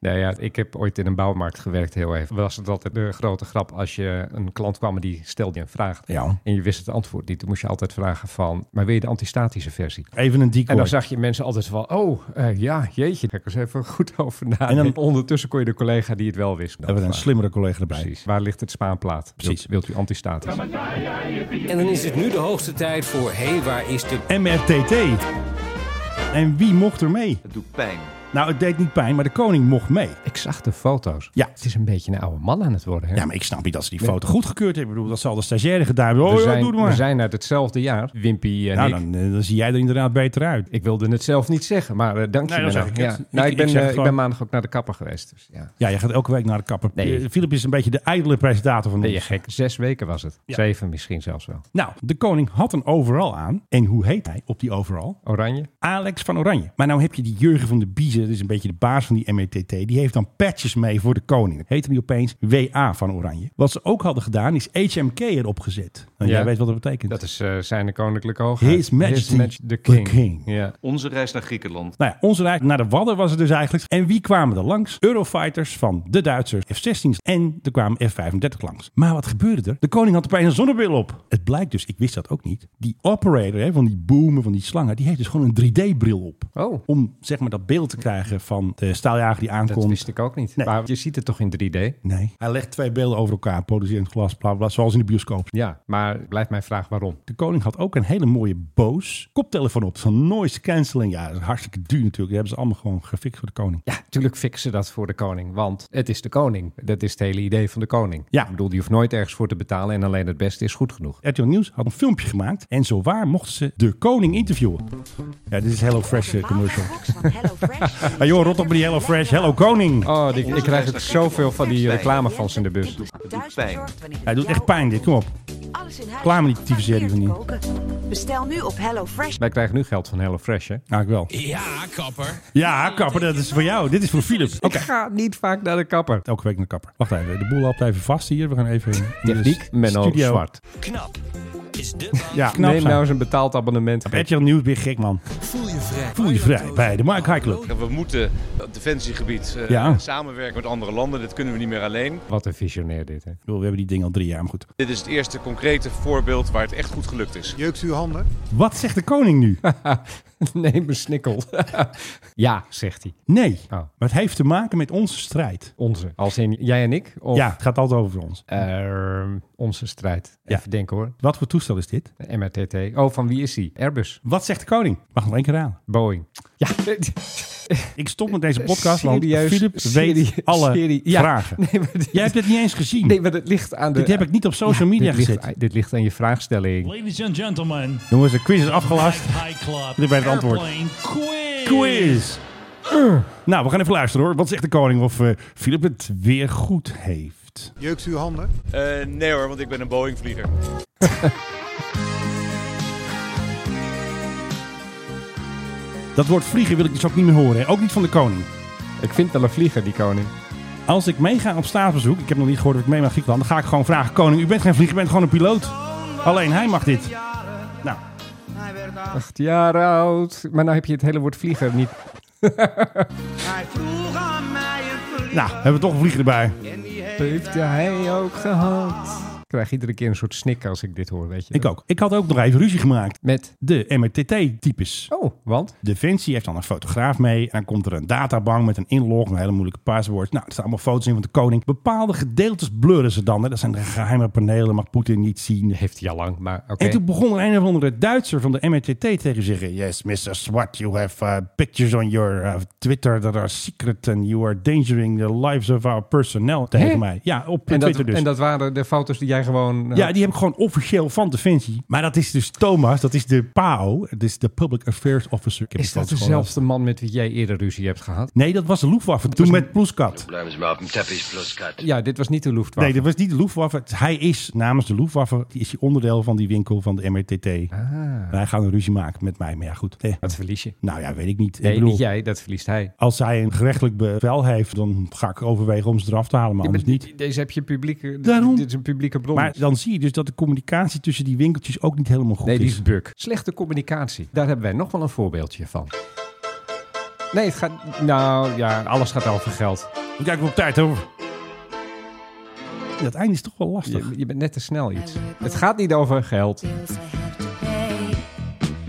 Speaker 1: Nou ja, ik heb ooit in een bouwmarkt gewerkt, heel even. Was het altijd de grote grap als je een klant kwam en die stelde je een vraag.
Speaker 2: Ja.
Speaker 1: En je wist het antwoord niet. Dan moest je altijd vragen van, maar wil je de antistatische versie?
Speaker 2: Even een decoy.
Speaker 1: En dan zag je mensen altijd van, oh, eh, ja, jeetje. Kijk eens even goed over na.
Speaker 2: En
Speaker 1: En
Speaker 2: dan-
Speaker 1: ondertussen kon je de collega die het wel wist.
Speaker 2: hebben we een
Speaker 1: vragen.
Speaker 2: slimmere collega erbij.
Speaker 1: Precies. Waar ligt het spaanplaat?
Speaker 2: Precies.
Speaker 1: Wilt, wilt u antistatisch?
Speaker 12: En dan is het nu de hoogste tijd voor Hé, hey, waar is de...
Speaker 2: MRTT. En wie mocht er mee?
Speaker 11: Het doet pijn.
Speaker 2: Nou, het deed niet pijn, maar de koning mocht mee.
Speaker 1: Ik zag de foto's.
Speaker 2: Ja.
Speaker 1: Het is een beetje een oude man aan het worden. Hè?
Speaker 2: Ja, maar ik snap niet dat ze die foto goedgekeurd hebben. Ik bedoel, dat zal de stagiaire gedaan hebben. Oh,
Speaker 1: we,
Speaker 2: ja,
Speaker 1: zijn,
Speaker 2: doe het maar.
Speaker 1: we zijn uit hetzelfde jaar, Wimpy en
Speaker 2: nou,
Speaker 1: ik.
Speaker 2: dan, eh, dan zie jij er inderdaad beter uit.
Speaker 1: Ik wilde het zelf niet zeggen, maar eh, dank
Speaker 2: Nee,
Speaker 1: je
Speaker 2: dan
Speaker 1: Menno.
Speaker 2: zeg ik
Speaker 1: ja.
Speaker 2: het. Ik-
Speaker 1: Nou, ik,
Speaker 2: ik
Speaker 1: ben,
Speaker 2: zeg
Speaker 1: eh, ik
Speaker 2: gewoon-
Speaker 1: ben maandag ook naar de kapper geweest. Dus ja.
Speaker 2: Ja, je gaat elke week naar de kapper.
Speaker 1: Nee.
Speaker 2: Eh, Philip is een beetje de ijdele presentator van
Speaker 1: Ben
Speaker 2: ons.
Speaker 1: je gek? Zes weken was het.
Speaker 2: Ja.
Speaker 1: Zeven misschien zelfs wel.
Speaker 2: Nou, de koning had een overal aan. En hoe heet hij op die overal?
Speaker 1: Oranje?
Speaker 2: Alex van Oranje. Maar nou heb je die Jurgen van de Biezen eh, dus een beetje de baas van die METT, die heeft dan patches mee voor de koning. Heette die opeens WA van Oranje. Wat ze ook hadden gedaan is HMK erop gezet. En
Speaker 1: Ja.
Speaker 2: jij weet wat dat betekent.
Speaker 1: Dat is eh, zijn de koninklijke hoogheid.
Speaker 2: His Majesty
Speaker 1: Maj- the
Speaker 2: the
Speaker 1: King.
Speaker 2: King.
Speaker 1: Ja.
Speaker 7: Onze reis naar Griekenland.
Speaker 2: Nou ja, onze reis naar de Wadden was het dus eigenlijk. En wie kwamen er langs? Eurofighters van de Duitsers, F-16's en er kwamen F-35 langs. Maar wat gebeurde er? De koning had opeens een zonnebril op. Het blijkt dus, ik wist dat ook niet, die operator hè, van die boomen, van die slangen, die heeft dus gewoon een 3D-bril op. Om zeg maar dat beeld te krijgen van de staaljager die aankomt.
Speaker 1: Oh, Dat wist ik ook niet. Maar je ziet het toch in 3D?
Speaker 2: Nee. Hij legt twee beelden over elkaar, producerend glas, bla bla, bla, zoals in de bioscoop.
Speaker 1: Ja, maar blijft mijn vraag waarom.
Speaker 2: De koning had ook een hele mooie Bose koptelefoon op. Zo'n noise cancelling. Ja, dat is hartstikke duur natuurlijk. Die hebben ze allemaal gewoon gefixt voor de koning.
Speaker 1: Ja, tuurlijk fixen dat voor de koning. Want het is de koning. Dat is het hele idee van de koning.
Speaker 2: Ja.
Speaker 1: Ik bedoel, die hoeft nooit ergens voor te betalen. En alleen het beste is goed genoeg.
Speaker 2: RTL Nieuws had een filmpje gemaakt. En zowaar mochten ze de koning interviewen. Ja, dit is Hello Fresh eh, commercial. (laughs) Maar joh, rot op met die Hello Fresh. Hello koning.
Speaker 1: Oh, ik, ik krijg ook zoveel van die reclame van ze in de bus.
Speaker 2: Hij doet echt pijn dit, kom op.
Speaker 3: Alles in huis.
Speaker 2: Klaar met die tyfusserie van die.
Speaker 3: koken. Bestel nu op HelloFresh.
Speaker 1: Wij krijgen nu geld van HelloFresh, hè?
Speaker 2: Ja, ik wel.
Speaker 12: Ja, kapper.
Speaker 2: Ja, kapper, dat is voor jou. Dit is voor Philip. Oké.
Speaker 1: Ik ga niet vaak naar de kapper.
Speaker 2: Elke week naar de kapper. Wacht even, de boel loopt even vast hier. We gaan even... hier is
Speaker 1: Techniek, Menno
Speaker 2: Dus studio.
Speaker 1: Zwart.
Speaker 12: Knap is de
Speaker 2: Ja, knap
Speaker 1: Neem
Speaker 2: zijn.
Speaker 1: nou eens een betaald abonnement.
Speaker 2: RTL Nieuws, weer gek man.
Speaker 12: Voel je vrij.
Speaker 2: Voel je vrij bij de Mark High Club.
Speaker 13: We moeten op defensiegebied eh,
Speaker 2: Ja.
Speaker 13: samenwerken met andere landen. Dit kunnen we niet meer alleen.
Speaker 1: Wat een visionair dit, hè? (laughs)
Speaker 2: Ik bedoel, We hebben die ding al drie jaar, maar goed.
Speaker 13: Dit is het eerste concrete voorbeeld waar het echt goed gelukt is. Jeukt uw handen?
Speaker 2: Wat zegt de koning
Speaker 1: (laughs)
Speaker 2: nu?
Speaker 1: Neem een
Speaker 2: (laughs)
Speaker 1: snikkel. ja, zegt hij.
Speaker 2: Nee.
Speaker 1: Oh.
Speaker 2: Maar het heeft te maken met onze strijd.
Speaker 1: Onze. Als in jij en ik? Of,
Speaker 2: Ja, het gaat altijd over ons.
Speaker 1: Ehm, onze strijd.
Speaker 2: Ja.
Speaker 1: Even denken hoor.
Speaker 2: Wat voor toestel is dit?
Speaker 1: De MRTT. Oh, van wie is die? Airbus.
Speaker 2: Wat zegt de koning? Mag nog één keer aan.
Speaker 1: Boeing. (laughs) Ja.
Speaker 2: Ik stop met deze podcast, want
Speaker 1: Serieus,
Speaker 2: Philip
Speaker 1: serie-
Speaker 2: weet alle
Speaker 1: serie- ja.
Speaker 2: vragen.
Speaker 1: Nee, maar dit,
Speaker 2: Jij hebt het niet eens gezien.
Speaker 1: nee, maar dit ligt aan de...
Speaker 2: Dit heb ik niet op social media
Speaker 1: dit ligt-
Speaker 2: gezet.
Speaker 1: dit ligt aan je vraagstelling.
Speaker 14: Ladies and gentlemen,
Speaker 2: Jongens, de quiz is afgelast.
Speaker 14: High Club.
Speaker 2: Jullie bij het antwoord.
Speaker 14: Airplane quiz.
Speaker 2: Quiz! Uh. Nou, we gaan even luisteren hoor. Wat zegt de koning of eh, Philip het weer goed heeft?
Speaker 13: Jeukt uw handen? Eh, nee hoor, want ik ben een Boeing-vlieger.
Speaker 2: Dat woord vliegen wil ik dus ook niet meer horen. Hè? Ook niet van de koning.
Speaker 1: Ik vind wel een vlieger, die koning.
Speaker 2: Als ik meega op staatsbezoek, ik heb nog niet gehoord of ik mee mag Griekenland, dan ga ik gewoon vragen: Koning, u bent geen vlieger, u bent gewoon een piloot. Alleen hij mag dit. Nou,
Speaker 1: Acht jaar oud. Maar nou heb je het hele woord vlieger niet.
Speaker 2: nou hebben we toch een vlieger erbij.
Speaker 1: Heeft hij ook gehad. Ik krijg iedere keer een soort snik als ik dit hoor, weet je.
Speaker 2: Ik ook. Ik had ook nog even ruzie gemaakt
Speaker 1: Met,
Speaker 2: de MRTT-types.
Speaker 1: oh, want?
Speaker 2: Defensie heeft dan een fotograaf mee. En dan komt er een databank met een inlog, een hele moeilijke paswoord. Nou, er staan allemaal foto's in van de koning. Bepaalde gedeeltes blurren ze dan. Hè. Dat zijn de geheime panelen, mag Poetin niet zien.
Speaker 1: Heeft hij al lang, maar oké.
Speaker 2: En toen begon er een of andere Duitser van de MRTT tegen te zeggen... Yes, Mr. Swart, you have uh, pictures on your uh, Twitter that are secret... and you are endangering the lives of our personnel tegen
Speaker 1: Hè?
Speaker 2: mij. Ja, op
Speaker 1: En dat,
Speaker 2: Twitter dus.
Speaker 1: en dat waren de foto's die jij gewoon... eh,
Speaker 2: ja, die heb ik gewoon officieel van Defensie. Maar dat is dus Thomas, dat is de PAO. Dat is dus de Public Affairs Officer. Ik heb
Speaker 1: is
Speaker 2: het
Speaker 1: dat
Speaker 2: gewoon al-
Speaker 1: dezelfde man met wie jij eerder ruzie hebt gehad?
Speaker 2: Nee, dat was de Luftwaffe. Toen met Ploeskat.
Speaker 15: Blijven ze maar op een teppich plus kat.
Speaker 1: Ja, dit was niet de Luftwaffe.
Speaker 2: Nee, dat was niet de Luftwaffe. Hij is namens de Luftwaffe is hij onderdeel van die winkel van de MRTT. En Hij gaat een ruzie maken met mij. Maar ja, goed. Eh,
Speaker 1: Dat verlies je.
Speaker 2: Nou ja, weet ik niet.
Speaker 1: Nee,
Speaker 2: ik bedoel,
Speaker 1: niet jij, dat verliest hij.
Speaker 2: als hij een gerechtelijk bevel heeft, dan ga ik overwegen om ze eraf te halen. Maar anders niet.
Speaker 1: Deze heb je publieke...
Speaker 2: Daarom.
Speaker 1: Dit is een publieke bron.
Speaker 2: Maar dan zie je dus dat de communicatie tussen die winkeltjes ook niet helemaal goed
Speaker 1: nee, die
Speaker 2: is.
Speaker 1: is buk. Slechte communicatie. Daar hebben wij nog wel een voorbeeldje van. Nee, het gaat... Nou ja, alles gaat over geld.
Speaker 2: We kijken op tijd over. Dat einde is toch wel lastig.
Speaker 1: Je, je bent net te snel iets. Het gaat niet over geld.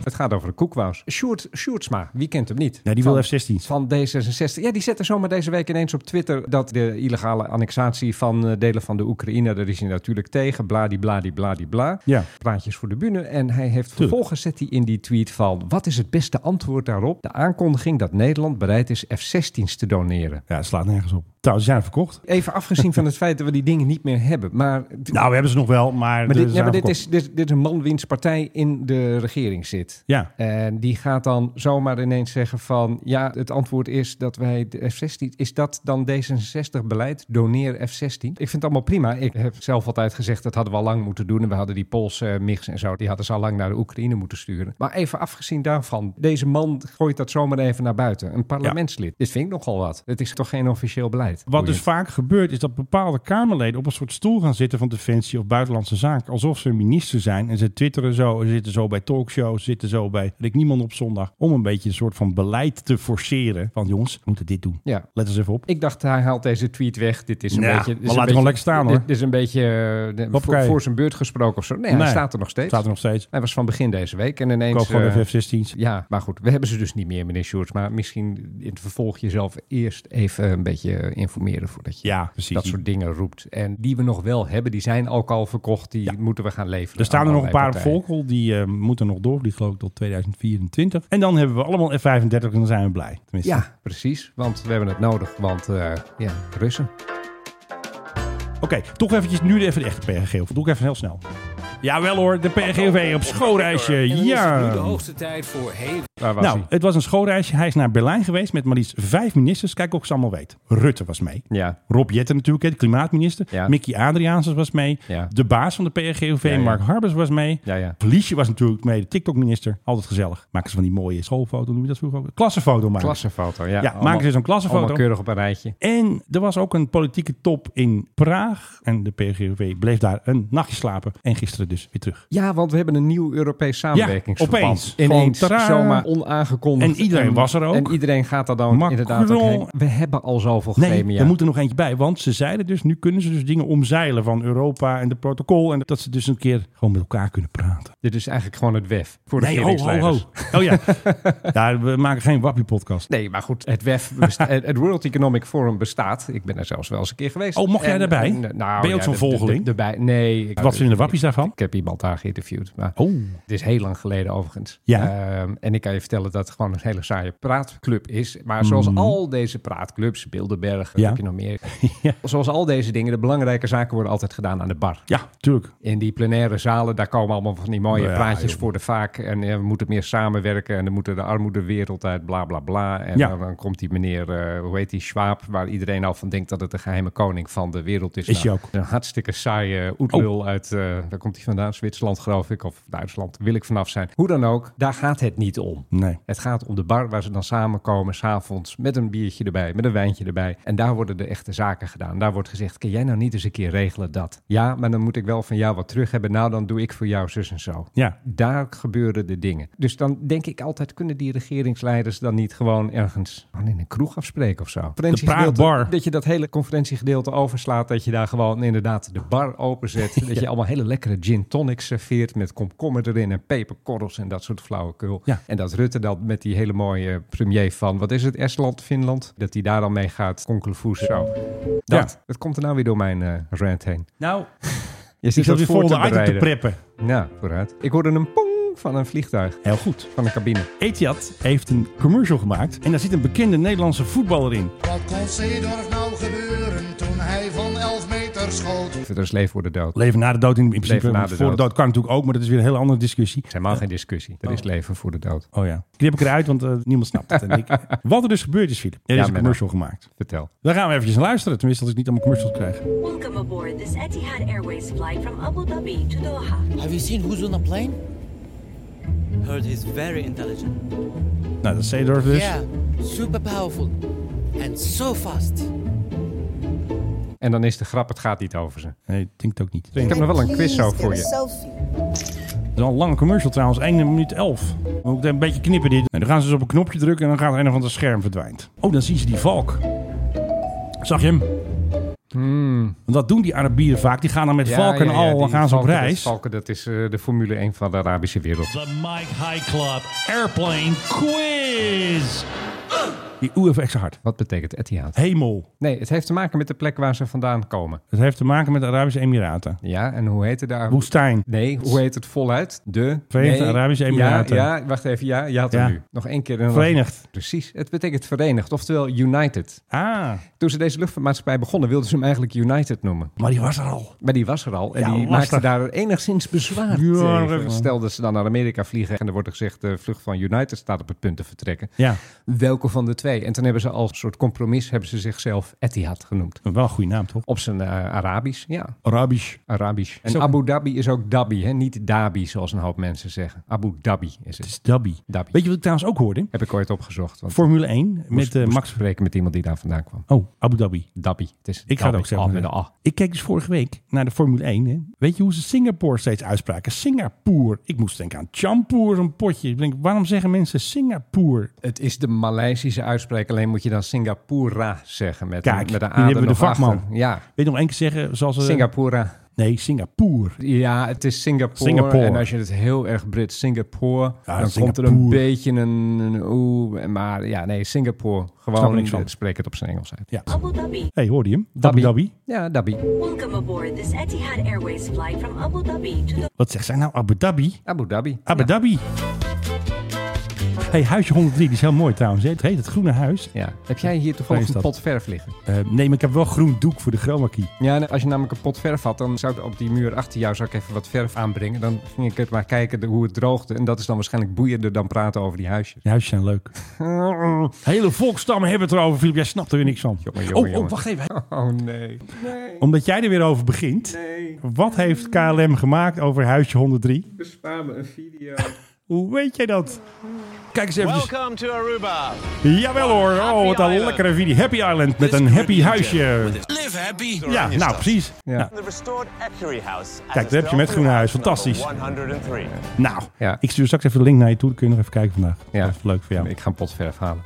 Speaker 1: Het gaat over de koekwaus. Sjoerd, Sjoerdsma, wie kent hem niet?
Speaker 2: Nee, die
Speaker 1: Van-
Speaker 2: wil F-16.
Speaker 1: Van D66. Ja, die zette zomaar deze week ineens op Twitter dat de illegale annexatie van eh, delen van de Oekraïne, daar is hij natuurlijk tegen, bladibladibladibla.
Speaker 2: Ja.
Speaker 1: Praatjes voor de bühne. En hij heeft vervolgens zet hij in die tweet van, wat is het beste antwoord daarop? De aankondiging dat Nederland bereid is F-16's te doneren.
Speaker 2: Ja, het slaat nergens op. Trouwens, ze zijn verkocht.
Speaker 1: Even afgezien van het (laughs) feit dat we die dingen niet meer hebben, maar...
Speaker 2: Nou, we hebben ze nog wel, maar,
Speaker 1: Maar,
Speaker 2: ze
Speaker 1: dit, ja,
Speaker 2: zijn
Speaker 1: maar dit,
Speaker 2: verkocht.
Speaker 1: is, dit, dit is een man wiens partij in de regering zit. weet.
Speaker 2: Ja.
Speaker 1: En die gaat dan zomaar ineens zeggen van... ja, het antwoord is dat wij de F-16... is dat dan D66-beleid? Doneer F-16. Ik vind het allemaal prima. Ik heb zelf altijd gezegd dat hadden we al lang moeten doen. En we hadden die Poolse eh, MIGs en zo... die hadden ze al lang naar de Oekraïne moeten sturen. Maar even afgezien daarvan... deze man gooit dat zomaar even naar buiten. Een parlementslid. Dit vind ik nogal wat. Het is toch geen officieel beleid?
Speaker 2: Wat
Speaker 1: Boeiend.
Speaker 2: dus vaak gebeurt is dat bepaalde Kamerleden op een soort stoel gaan zitten van Defensie of Buitenlandse Zaken. Alsof ze minister zijn en ze twitteren zo, ze zitten zo bij talkshows, ze zitten zo bij weet ik niemand op zondag. Om een beetje een soort van beleid te forceren. Van jongens, we moeten dit doen.
Speaker 1: Ja.
Speaker 2: Let eens even op.
Speaker 1: Ik dacht, hij haalt deze tweet weg. Dit is een
Speaker 2: Nou,
Speaker 1: beetje... dit
Speaker 2: maar
Speaker 1: is een
Speaker 2: laat het
Speaker 1: beetje-
Speaker 2: gewoon lekker staan, hoor.
Speaker 1: Dit is een beetje eh, de- voor,
Speaker 2: Hoppakee.
Speaker 1: voor zijn beurt gesproken of zo. Nee,
Speaker 2: Nee.
Speaker 1: hij staat er nog steeds.
Speaker 2: Staat er nog steeds.
Speaker 1: Hij was van begin deze week en ineens...
Speaker 2: Koop gewoon
Speaker 1: eh,
Speaker 2: even F-16's.
Speaker 1: Ja, maar goed, we hebben ze dus niet meer, meneer Sjoerds. Maar misschien in het vervolg jezelf eerst even een beetje eh, informeren voordat je
Speaker 2: Ja, precies.
Speaker 1: dat soort dingen roept. En die we nog wel hebben, die zijn ook al verkocht. Die moeten we gaan leveren.
Speaker 2: Er staan er
Speaker 1: aan
Speaker 2: nog een paar op
Speaker 1: allerlei partijen.
Speaker 2: volkel. Die eh, moeten nog door. Die geloof ik tot 2024. En dan hebben we allemaal F-35 en dan zijn we blij. Tenminste.
Speaker 1: Ja, precies. Want we hebben het nodig. Want eh, ja, Russen.
Speaker 2: Oké, toch eventjes nu even de echte PRG. Of doe ik even heel snel. Jawel hoor, de PRGV op schoolreisje.
Speaker 12: En dan is het nu
Speaker 2: Ja.
Speaker 12: de hoogste tijd voor Hey.
Speaker 2: nou, het was een schoolreisje. Hij is naar Berlijn geweest met maar liefst vijf ministers. Kijk ook ze allemaal weet. Rutte was mee.
Speaker 1: Ja.
Speaker 2: Rob Jetten natuurlijk, hè, de klimaatminister. Mickey Adriaansens was mee.
Speaker 1: Ja.
Speaker 2: De baas van de PRGOV,
Speaker 1: Ja, ja.
Speaker 2: Mark Harbers, was mee.
Speaker 1: Ja, ja.
Speaker 2: Liesje was natuurlijk mee, de TikTok-minister. Altijd gezellig. Maken ze van die mooie schoolfoto, noem je dat vroeger ook? Klassenfoto maken.
Speaker 1: Klassenfoto, ja.
Speaker 2: Ja,
Speaker 1: Allemaal-
Speaker 2: maken ze zo'n klassenfoto.
Speaker 1: allemaal keurig op een rijtje.
Speaker 2: En er was ook een politieke top in Praag. En de PRGOV bleef daar een nachtje slapen. En gisteren dus weer terug.
Speaker 1: Ja, want we hebben een nieuw Europees samenwerkingsverband.
Speaker 2: Ja, opeens.
Speaker 1: Ineens
Speaker 2: Gewoon, tadaa.
Speaker 1: zomaar onaangekondigd.
Speaker 2: En iedereen was er ook.
Speaker 1: En iedereen gaat daar dan
Speaker 2: Macron.
Speaker 1: inderdaad ook heen. We hebben al zoveel
Speaker 2: Nee,
Speaker 1: gremia.
Speaker 2: er moet er nog eentje bij. Want ze zeiden dus, nu kunnen ze dus dingen omzeilen van Europa en de protocol. En dat ze dus een keer gewoon met elkaar kunnen praten.
Speaker 1: Dit is eigenlijk gewoon het WEF voor de
Speaker 2: nee, ho, ho, ho.
Speaker 1: regeringsleiders.
Speaker 2: Oh ja. ja, (laughs) we maken geen Wappie-podcast.
Speaker 1: Nee, maar goed, het WEF, besta- (laughs) het het World Economic Forum bestaat. Ik ben er zelfs wel eens een keer geweest. nou
Speaker 2: Oh, mocht jij daarbij? Ben je ook zo'n
Speaker 1: de- de- de-
Speaker 2: volgeling?
Speaker 1: erbij- nee. ik-
Speaker 2: Wat vinden de wappies daarvan?
Speaker 1: Ik heb iemand daar geïnterviewd. Maar
Speaker 2: oh.
Speaker 1: Het Ehm, is heel lang geleden overigens.
Speaker 2: Ja.
Speaker 1: Ehm, en ik kan je vertellen dat het gewoon een hele saaie praatclub is. Maar zoals
Speaker 2: Mhm.
Speaker 1: al deze praatclubs, Bilderberg, wat
Speaker 2: (laughs) Ja.
Speaker 1: heb je nog meer. Zoals al deze dingen, de belangrijke zaken worden altijd gedaan aan de bar.
Speaker 2: Ja, tuurlijk.
Speaker 1: In die plenaire zalen, daar komen allemaal van die mooie
Speaker 2: Ja,
Speaker 1: praatjes
Speaker 2: joh.
Speaker 1: voor de vaak. En eh, we moeten meer samenwerken en dan moeten de armoede wereld uit, bla bla bla. En
Speaker 2: Ja.
Speaker 1: dan, dan komt die meneer, eh, hoe heet die, Schwab, waar iedereen al van denkt dat het de geheime koning van de wereld is. Nou,
Speaker 2: Is hij Oh.
Speaker 1: Een hartstikke saaie oetlul uit, eh, waar komt hij vandaan? Zwitserland geloof ik, of Duitsland, wil ik vanaf zijn. Hoe dan ook, daar gaat het niet om.
Speaker 2: Nee.
Speaker 1: Het gaat om de bar waar ze dan samenkomen, s'avonds, met een biertje erbij, met een wijntje erbij. En daar worden de echte zaken gedaan. Daar wordt gezegd, kan jij nou niet eens een keer regelen dat? Ja, maar dan moet ik wel van jou wat terug hebben. Nou, dan doe ik voor jou zus en zo.
Speaker 2: Ja.
Speaker 1: Daar gebeuren de dingen. Dus dan denk ik altijd, kunnen die regeringsleiders dan niet gewoon ergens gewoon in een kroeg afspreken of zo? Conferentiegedeelte,
Speaker 2: praatbar.
Speaker 1: Dat je dat hele conferentiegedeelte overslaat, dat je daar gewoon inderdaad de bar
Speaker 2: (laughs)
Speaker 1: openzet. Dat je allemaal hele lekkere gin tonics serveert met komkommer erin en peperkorrels en dat soort flauwekul.
Speaker 2: Ja.
Speaker 1: En dat Rutte dan met die hele mooie premier van, wat is het, Estland, Finland, dat die daar dan mee gaat, konkelvoes zo. Dat, dat komt er nou weer door mijn eh rant heen.
Speaker 2: Nou,
Speaker 1: Je
Speaker 2: zat
Speaker 1: dat
Speaker 2: weer
Speaker 1: voor
Speaker 2: vol de item te
Speaker 1: bereiden.
Speaker 2: preppen.
Speaker 1: Nou, vooruit. Ik hoorde een pong van een vliegtuig.
Speaker 2: Heel goed.
Speaker 1: Van een cabine.
Speaker 2: Etihad heeft een commercial gemaakt. En daar zit een bekende Nederlandse voetballer in.
Speaker 16: Wat kon Seedorf nou gebeuren toen hij van 11 meter schoot?
Speaker 1: Dat is leven voor de dood.
Speaker 2: Leven na de dood in, in principe.
Speaker 1: Leven na
Speaker 2: want
Speaker 1: de
Speaker 2: voor de
Speaker 1: dood.
Speaker 2: dood kan natuurlijk ook, maar dat is weer een hele andere discussie.
Speaker 1: Het is helemaal geen discussie. Er is leven voor de dood.
Speaker 2: Oh ja. Knip ik eruit, want eh, niemand snapt het. En ik,
Speaker 1: (laughs)
Speaker 2: wat er dus gebeurd is, Filip. Er
Speaker 1: Ja,
Speaker 2: is een
Speaker 1: Menno.
Speaker 2: commercial gemaakt.
Speaker 1: Vertel.
Speaker 2: Daar gaan we eventjes naar luisteren. Tenminste, als ik niet allemaal commercials krijg.
Speaker 3: Welcome aboard this Etihad Airways flight from Abu Dhabi to Doha.
Speaker 17: Have you seen who's on the plane? Heard he's very intelligent.
Speaker 2: Nou, dat Seedorf dus.
Speaker 17: Yeah, super powerful. And so fast.
Speaker 1: En dan is de grap, het gaat niet over ze.
Speaker 2: Nee, ik denk het ook niet.
Speaker 1: Ik heb nog wel een quiz zo voor je.
Speaker 2: Het is al een lange commercial trouwens, 1 minuut 11. Moet ik een beetje knippen dit. En dan gaan ze dus op een knopje drukken en dan gaat een of ander scherm verdwijnt. Oh, dan zien ze die valk. Zag je hem? Want dat doen die Arabieren vaak. Die gaan dan met
Speaker 1: Ja,
Speaker 2: valken
Speaker 1: ja, ja,
Speaker 2: al
Speaker 1: die
Speaker 2: gaan ze op
Speaker 1: valken, dat-
Speaker 2: reis.
Speaker 1: valken, dat is eh, de Formule 1 van de Arabische wereld.
Speaker 14: The Mike High Club Airplane Quiz.
Speaker 2: Die oef extra hard.
Speaker 1: Wat betekent Etihad?
Speaker 2: Hemel.
Speaker 1: Nee, het heeft te maken met de plek waar ze vandaan komen.
Speaker 2: Het heeft te maken met de Arabische Emiraten.
Speaker 1: Ja, en hoe heette daar?
Speaker 2: Woestijn.
Speaker 1: Nee, hoe heet het voluit? De
Speaker 2: Verenigde
Speaker 1: Nee.
Speaker 2: Arabische Emiraten.
Speaker 1: Ja, ja, wacht even. Ja, je had hem
Speaker 2: Ja.
Speaker 1: nu. Nog één keer. en dan-
Speaker 2: Verenigd.
Speaker 1: Precies. Het betekent verenigd, oftewel United.
Speaker 2: Ah.
Speaker 1: Toen ze deze luchtvaartmaatschappij begonnen, wilden ze hem eigenlijk United noemen.
Speaker 2: Maar die was er al.
Speaker 1: Maar die was er al. En
Speaker 2: Ja,
Speaker 1: die
Speaker 2: lastig.
Speaker 1: maakte daar enigszins bezwaar
Speaker 2: Ja, dat
Speaker 1: tegen.
Speaker 2: even.
Speaker 1: Stel dat ze dan naar Amerika vliegen en er wordt er gezegd... de vlucht van United staat op het punt te vertrekken.
Speaker 2: Ja.
Speaker 1: Welke van de twee? En toen hebben ze als soort compromis hebben ze zichzelf Etihad genoemd.
Speaker 2: Wel een goede naam, toch?
Speaker 1: Op zijn eh, Arabisch, ja.
Speaker 2: Arabisch.
Speaker 1: Arabisch. En
Speaker 2: Zo-
Speaker 1: Abu Dhabi is ook Dhabi, hè? niet Dhabi zoals een hoop mensen zeggen. Abu Dhabi is het. Het
Speaker 2: is Dhabi.
Speaker 1: Dhabi.
Speaker 2: Weet je wat ik trouwens ook hoorde?
Speaker 1: Heb ik ooit opgezocht. Want
Speaker 2: Formule 1
Speaker 1: moest-
Speaker 2: met eh,
Speaker 1: moest
Speaker 2: Max.
Speaker 1: spreken met iemand die daar vandaan kwam.
Speaker 2: Oh, Abu Dhabi.
Speaker 1: Dhabi. Het is
Speaker 2: Ik ga het ook
Speaker 1: Dhabi,
Speaker 2: zeggen.
Speaker 1: al met een A.
Speaker 2: Ik keek dus vorige week naar de Formule 1. Hè. Weet je hoe ze Singapore steeds uitspraken? Singapore. Ik moest denken aan Champoer, een potje. Ik denk, waarom zeggen mensen Singapore?
Speaker 1: Het is de Maleisische uitspraak, alleen moet je dan Singapura zeggen. Met,
Speaker 2: Kijk,
Speaker 1: met een
Speaker 2: hier hebben we de
Speaker 1: nog achter.
Speaker 2: vakman.
Speaker 1: Ja.
Speaker 2: Weet je nog één keer zeggen zoals... eh,
Speaker 1: Singapura.
Speaker 2: Nee, Singapore.
Speaker 1: Ja, het is Singapore.
Speaker 2: Singapore.
Speaker 1: En als je het heel erg Brits, Singapore,
Speaker 2: Ja,
Speaker 1: dan komt er een
Speaker 2: Singapore.
Speaker 1: beetje een, een oeh. Maar ja, nee, Singapore.
Speaker 2: Snap er
Speaker 1: Gewoon
Speaker 2: niks van.
Speaker 1: eh, spreek het op zijn Engels uit.
Speaker 2: Ja.
Speaker 3: Abu Dhabi.
Speaker 2: Hey, hoorde je hem? Dhabi. Dhabi.
Speaker 1: Ja, Dhabi.
Speaker 3: Welcome aboard this Etihad Airways flight from Abu Dhabi to the
Speaker 2: Wat zegt zij nou? Abu Dhabi?
Speaker 1: Abu Dhabi.
Speaker 2: Abu Dhabi. Hey, huisje 103, die is heel mooi trouwens. hè. Het heet het Groene Huis.
Speaker 1: Ja. Heb jij hier toevallig
Speaker 2: Waar is
Speaker 1: een
Speaker 2: dat?
Speaker 1: pot verf liggen?
Speaker 2: Eh, nee, maar ik heb wel groen doek voor de chroma key.
Speaker 1: Ja, en als je namelijk een pot verf had, dan zou ik op die muur achter jou zou ik even wat verf aanbrengen. Dan ging ik het maar kijken de- hoe het droogde. En dat is dan waarschijnlijk boeiender dan praten over die huisjes.
Speaker 2: Die huisjes zijn leuk.
Speaker 1: (laughs) Oh,
Speaker 2: Hele volkstammen hebben het erover, Filip. Jij snapt er weer niks van.
Speaker 1: Jongen, jongen,
Speaker 2: oh, oh,
Speaker 1: jongen.
Speaker 2: wacht even.
Speaker 1: Oh nee.
Speaker 2: Omdat jij er weer over begint. Wat heeft KLM gemaakt over huisje 103?
Speaker 1: Bespaar me een video.
Speaker 2: Hoe weet jij dat? Kijk eens even.
Speaker 18: Welcome to Aruba.
Speaker 2: Jawel hoor. Oh, wat een lekkere video. Happy Island met een happy huisje.
Speaker 18: Live happy.
Speaker 2: Ja, nou precies.
Speaker 1: Ja.
Speaker 18: The restored Ecury House. as
Speaker 2: Kijk, daar heb je met Groene Huis. Fantastisch.
Speaker 18: 103.
Speaker 2: Nou,
Speaker 1: Ja.
Speaker 2: ik stuur straks even de link naar je toe. Dan kun je nog even kijken vandaag.
Speaker 1: Ja.
Speaker 2: Dat is leuk voor jou.
Speaker 1: Ik ga een pot verf halen.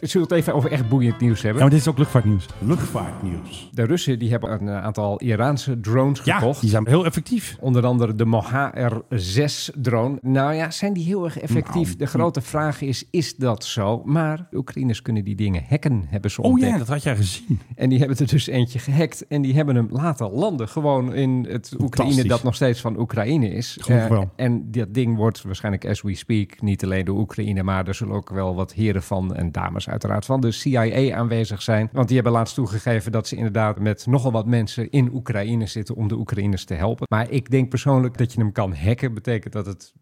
Speaker 1: Zullen we het even over echt boeiend nieuws
Speaker 2: Ja,
Speaker 1: hebben?
Speaker 2: maar dit is ook luchtvaartnieuws. Luchtvaartnieuws.
Speaker 1: De Russen die hebben een eh, aantal Iraanse drones
Speaker 2: Ja,
Speaker 1: gekocht.
Speaker 2: die zijn heel effectief.
Speaker 1: Onder andere de Moha R6 drone. Nou ja, zijn die heel erg effectief?
Speaker 2: Nou,
Speaker 1: de grote vraag is, is dat zo? Maar de Oekraïners kunnen die dingen hacken, hebben ze
Speaker 2: Oh
Speaker 1: ontdekt.
Speaker 2: ja, dat had jij gezien.
Speaker 1: En die hebben er dus eentje gehackt. En die hebben hem laten landen. Gewoon in het Oekraïne
Speaker 2: Fantastisch.
Speaker 1: dat nog steeds van Oekraïne is.
Speaker 2: Geloof
Speaker 1: Eh,
Speaker 2: wel.
Speaker 1: en dat ding wordt waarschijnlijk as we speak niet alleen door Oekraïne... maar er zullen ook wel wat heren van en dames uiteraard van de CIA aanwezig zijn. Want die hebben laatst toegegeven dat ze inderdaad met nogal wat mensen in Oekraïne zitten... om de Oekraïners te helpen. Maar ik denk persoonlijk dat je hem kan hacken. Betekent dat het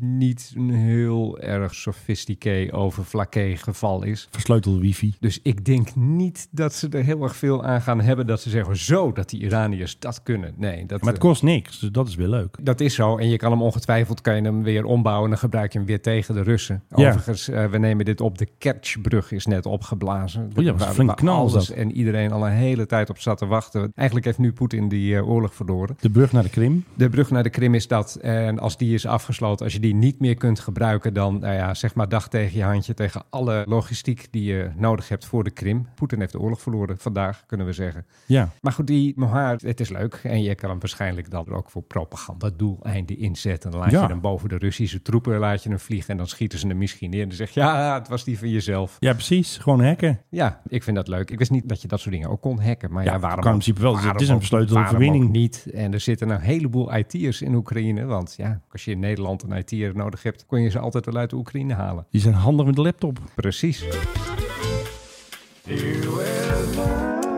Speaker 1: niet een heel erg sophisticated overflaké geval is.
Speaker 2: Versleutelde wifi.
Speaker 1: Dus ik denk niet dat ze er heel erg veel aan gaan hebben dat ze zeggen zo dat die Iraniërs dat kunnen. Nee, dat,
Speaker 2: Maar het
Speaker 1: eh,
Speaker 2: kost niks, dus dat is weer leuk.
Speaker 1: dat is zo. En je kan hem ongetwijfeld kan je hem weer ombouwen en dan gebruik je hem weer tegen de Russen.
Speaker 2: Ja.
Speaker 1: Overigens, eh, we nemen dit op. De Kerchbrug is net opgeblazen.
Speaker 2: was een
Speaker 1: Waar-
Speaker 2: flinke
Speaker 1: waar
Speaker 2: knal, was
Speaker 1: alles
Speaker 2: dat.
Speaker 1: En iedereen al een hele tijd op zat te wachten. Eigenlijk heeft nu Poetin die eh, oorlog verloren.
Speaker 2: De brug naar de Krim.
Speaker 1: De brug naar de Krim is dat. En als die is afgesloten, als je die niet meer kunt gebruiken, dan nou ja, zeg maar dag tegen je handje tegen alle logistiek die je nodig hebt voor de Krim. Poetin heeft de oorlog verloren vandaag, kunnen we zeggen.
Speaker 2: Ja.
Speaker 1: Maar goed, die Mohar, het is leuk. En je kan hem waarschijnlijk dan ook voor propagandadoeleinden inzetten. Dan laat
Speaker 2: Ja.
Speaker 1: je hem boven de Russische troepen laat je hem vliegen en dan schieten ze hem misschien neer. En dan zeg je, ja, het was die van jezelf.
Speaker 2: Ja, precies. Gewoon hacken.
Speaker 1: Ja, ik vind dat leuk. Ik wist niet dat je dat soort dingen ook kon hacken. Maar ja,
Speaker 2: Ja,
Speaker 1: waarom
Speaker 2: kan in
Speaker 1: ook-
Speaker 2: principe wel. Dus Het is
Speaker 1: waarom
Speaker 2: een
Speaker 1: ook-
Speaker 2: versleutelde
Speaker 1: waarom
Speaker 2: verbinding.
Speaker 1: ook niet. En er zitten nou een heleboel IT'ers in Oekraïne. Want ja, als je in Nederland een IT'er nodig hebt... kun je ze altijd wel uit de Oekraïne halen.
Speaker 2: Die zijn handig met de laptop.
Speaker 1: Precies.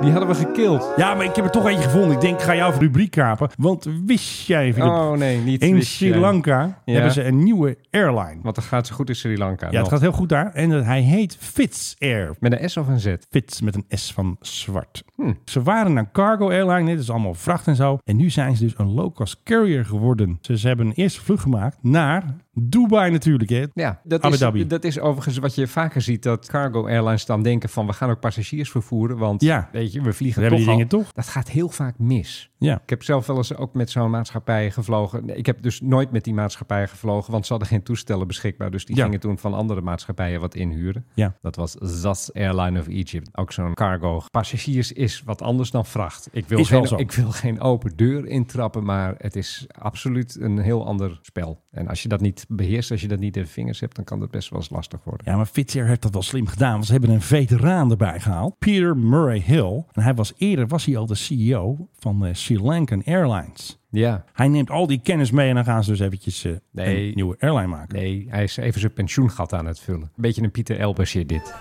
Speaker 1: Die hadden we gekild.
Speaker 2: Ja, maar ik heb er toch eentje gevonden. Ik denk, ik ga jou voor rubriek kapen. Want wist jij, Filip?
Speaker 1: Oh nee, niet
Speaker 2: in
Speaker 1: wist
Speaker 2: Sri
Speaker 1: jij.
Speaker 2: Lanka
Speaker 1: Ja.
Speaker 2: hebben ze een nieuwe airline.
Speaker 1: Want het gaat zo goed in Sri Lanka.
Speaker 2: Ja, het
Speaker 1: nog.
Speaker 2: gaat heel goed daar. En eh, hij heet Fitz Air.
Speaker 1: Met een S of een Z?
Speaker 2: Fitz met een S van zwart.
Speaker 1: Hm.
Speaker 2: Ze waren een cargo airline, dit is allemaal vracht en zo. En nu zijn ze dus een low-cost carrier geworden. Dus ze hebben een eerste vlucht gemaakt naar Dubai natuurlijk. Hè.
Speaker 1: Ja, dat
Speaker 2: Abu
Speaker 1: is,
Speaker 2: Dhabi.
Speaker 1: dat is overigens wat je vaker ziet. Dat cargo airlines dan denken van... we gaan ook passagiers vervoeren. Want
Speaker 2: Ja.
Speaker 1: weet je, we
Speaker 2: We
Speaker 1: vliegen
Speaker 2: hebben die
Speaker 1: toch al.
Speaker 2: dingen toch?
Speaker 1: Dat gaat heel vaak mis.
Speaker 2: Ja.
Speaker 1: Ik heb zelf wel eens ook met zo'n maatschappij gevlogen. Nee, Ik heb dus nooit met die maatschappij gevlogen, want ze hadden geen toestellen beschikbaar. Dus die
Speaker 2: Ja.
Speaker 1: gingen toen van andere maatschappijen wat inhuren.
Speaker 2: Ja.
Speaker 1: Dat was ZAS Airline of Egypt. Ook zo'n cargo. Passagiers is wat anders dan vracht. Ik wil,
Speaker 2: Is wel
Speaker 1: geen,
Speaker 2: zo.
Speaker 1: ik wil geen open deur intrappen, maar het is absoluut een heel ander spel. En als je dat niet niet beheerst, als je dat niet in de vingers hebt, dan kan dat best wel eens lastig worden.
Speaker 2: Ja, maar Fitzgerald heeft dat wel slim gedaan, want ze hebben een veteraan erbij gehaald. Peter Murray Hill. En hij was eerder was hij al de CEO van eh, Sri Lankan Airlines.
Speaker 1: Ja.
Speaker 2: Hij neemt al die kennis mee en dan gaan ze dus eventjes eh,
Speaker 1: Nee.
Speaker 2: een nieuwe airline maken.
Speaker 1: Nee, hij is even zijn pensioengat aan het vullen. Beetje een Pieter Elbersje dit.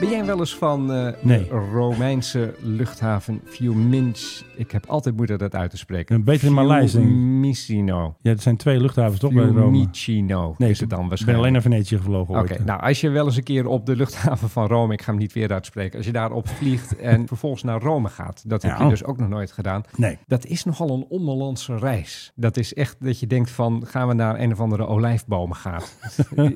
Speaker 1: Ben jij wel eens van eh,
Speaker 2: Nee.
Speaker 1: de Romeinse luchthaven Fiumins? Ik heb altijd moeite dat uit te spreken.
Speaker 2: Een betere Maleis, denk ik.
Speaker 1: Fiumicino.
Speaker 2: Ja, er zijn twee luchthavens toch bij Rome?
Speaker 1: Fiumicino
Speaker 2: Nee,
Speaker 1: is het dan
Speaker 2: Ik ben
Speaker 1: waarschijnlijk.
Speaker 2: alleen naar Venetië gevlogen
Speaker 1: Oké,
Speaker 2: ooit.
Speaker 1: nou als je wel eens een keer op de luchthaven van Rome, ik ga hem niet weer uitspreken, als je daarop vliegt en vervolgens naar Rome gaat, dat heb
Speaker 2: Ja.
Speaker 1: je dus ook nog nooit gedaan.
Speaker 2: Nee.
Speaker 1: Dat is nogal een onbalance reis. Dat is echt dat je denkt van, gaan we naar een of andere olijfbomen
Speaker 2: (laughs)
Speaker 1: gaat.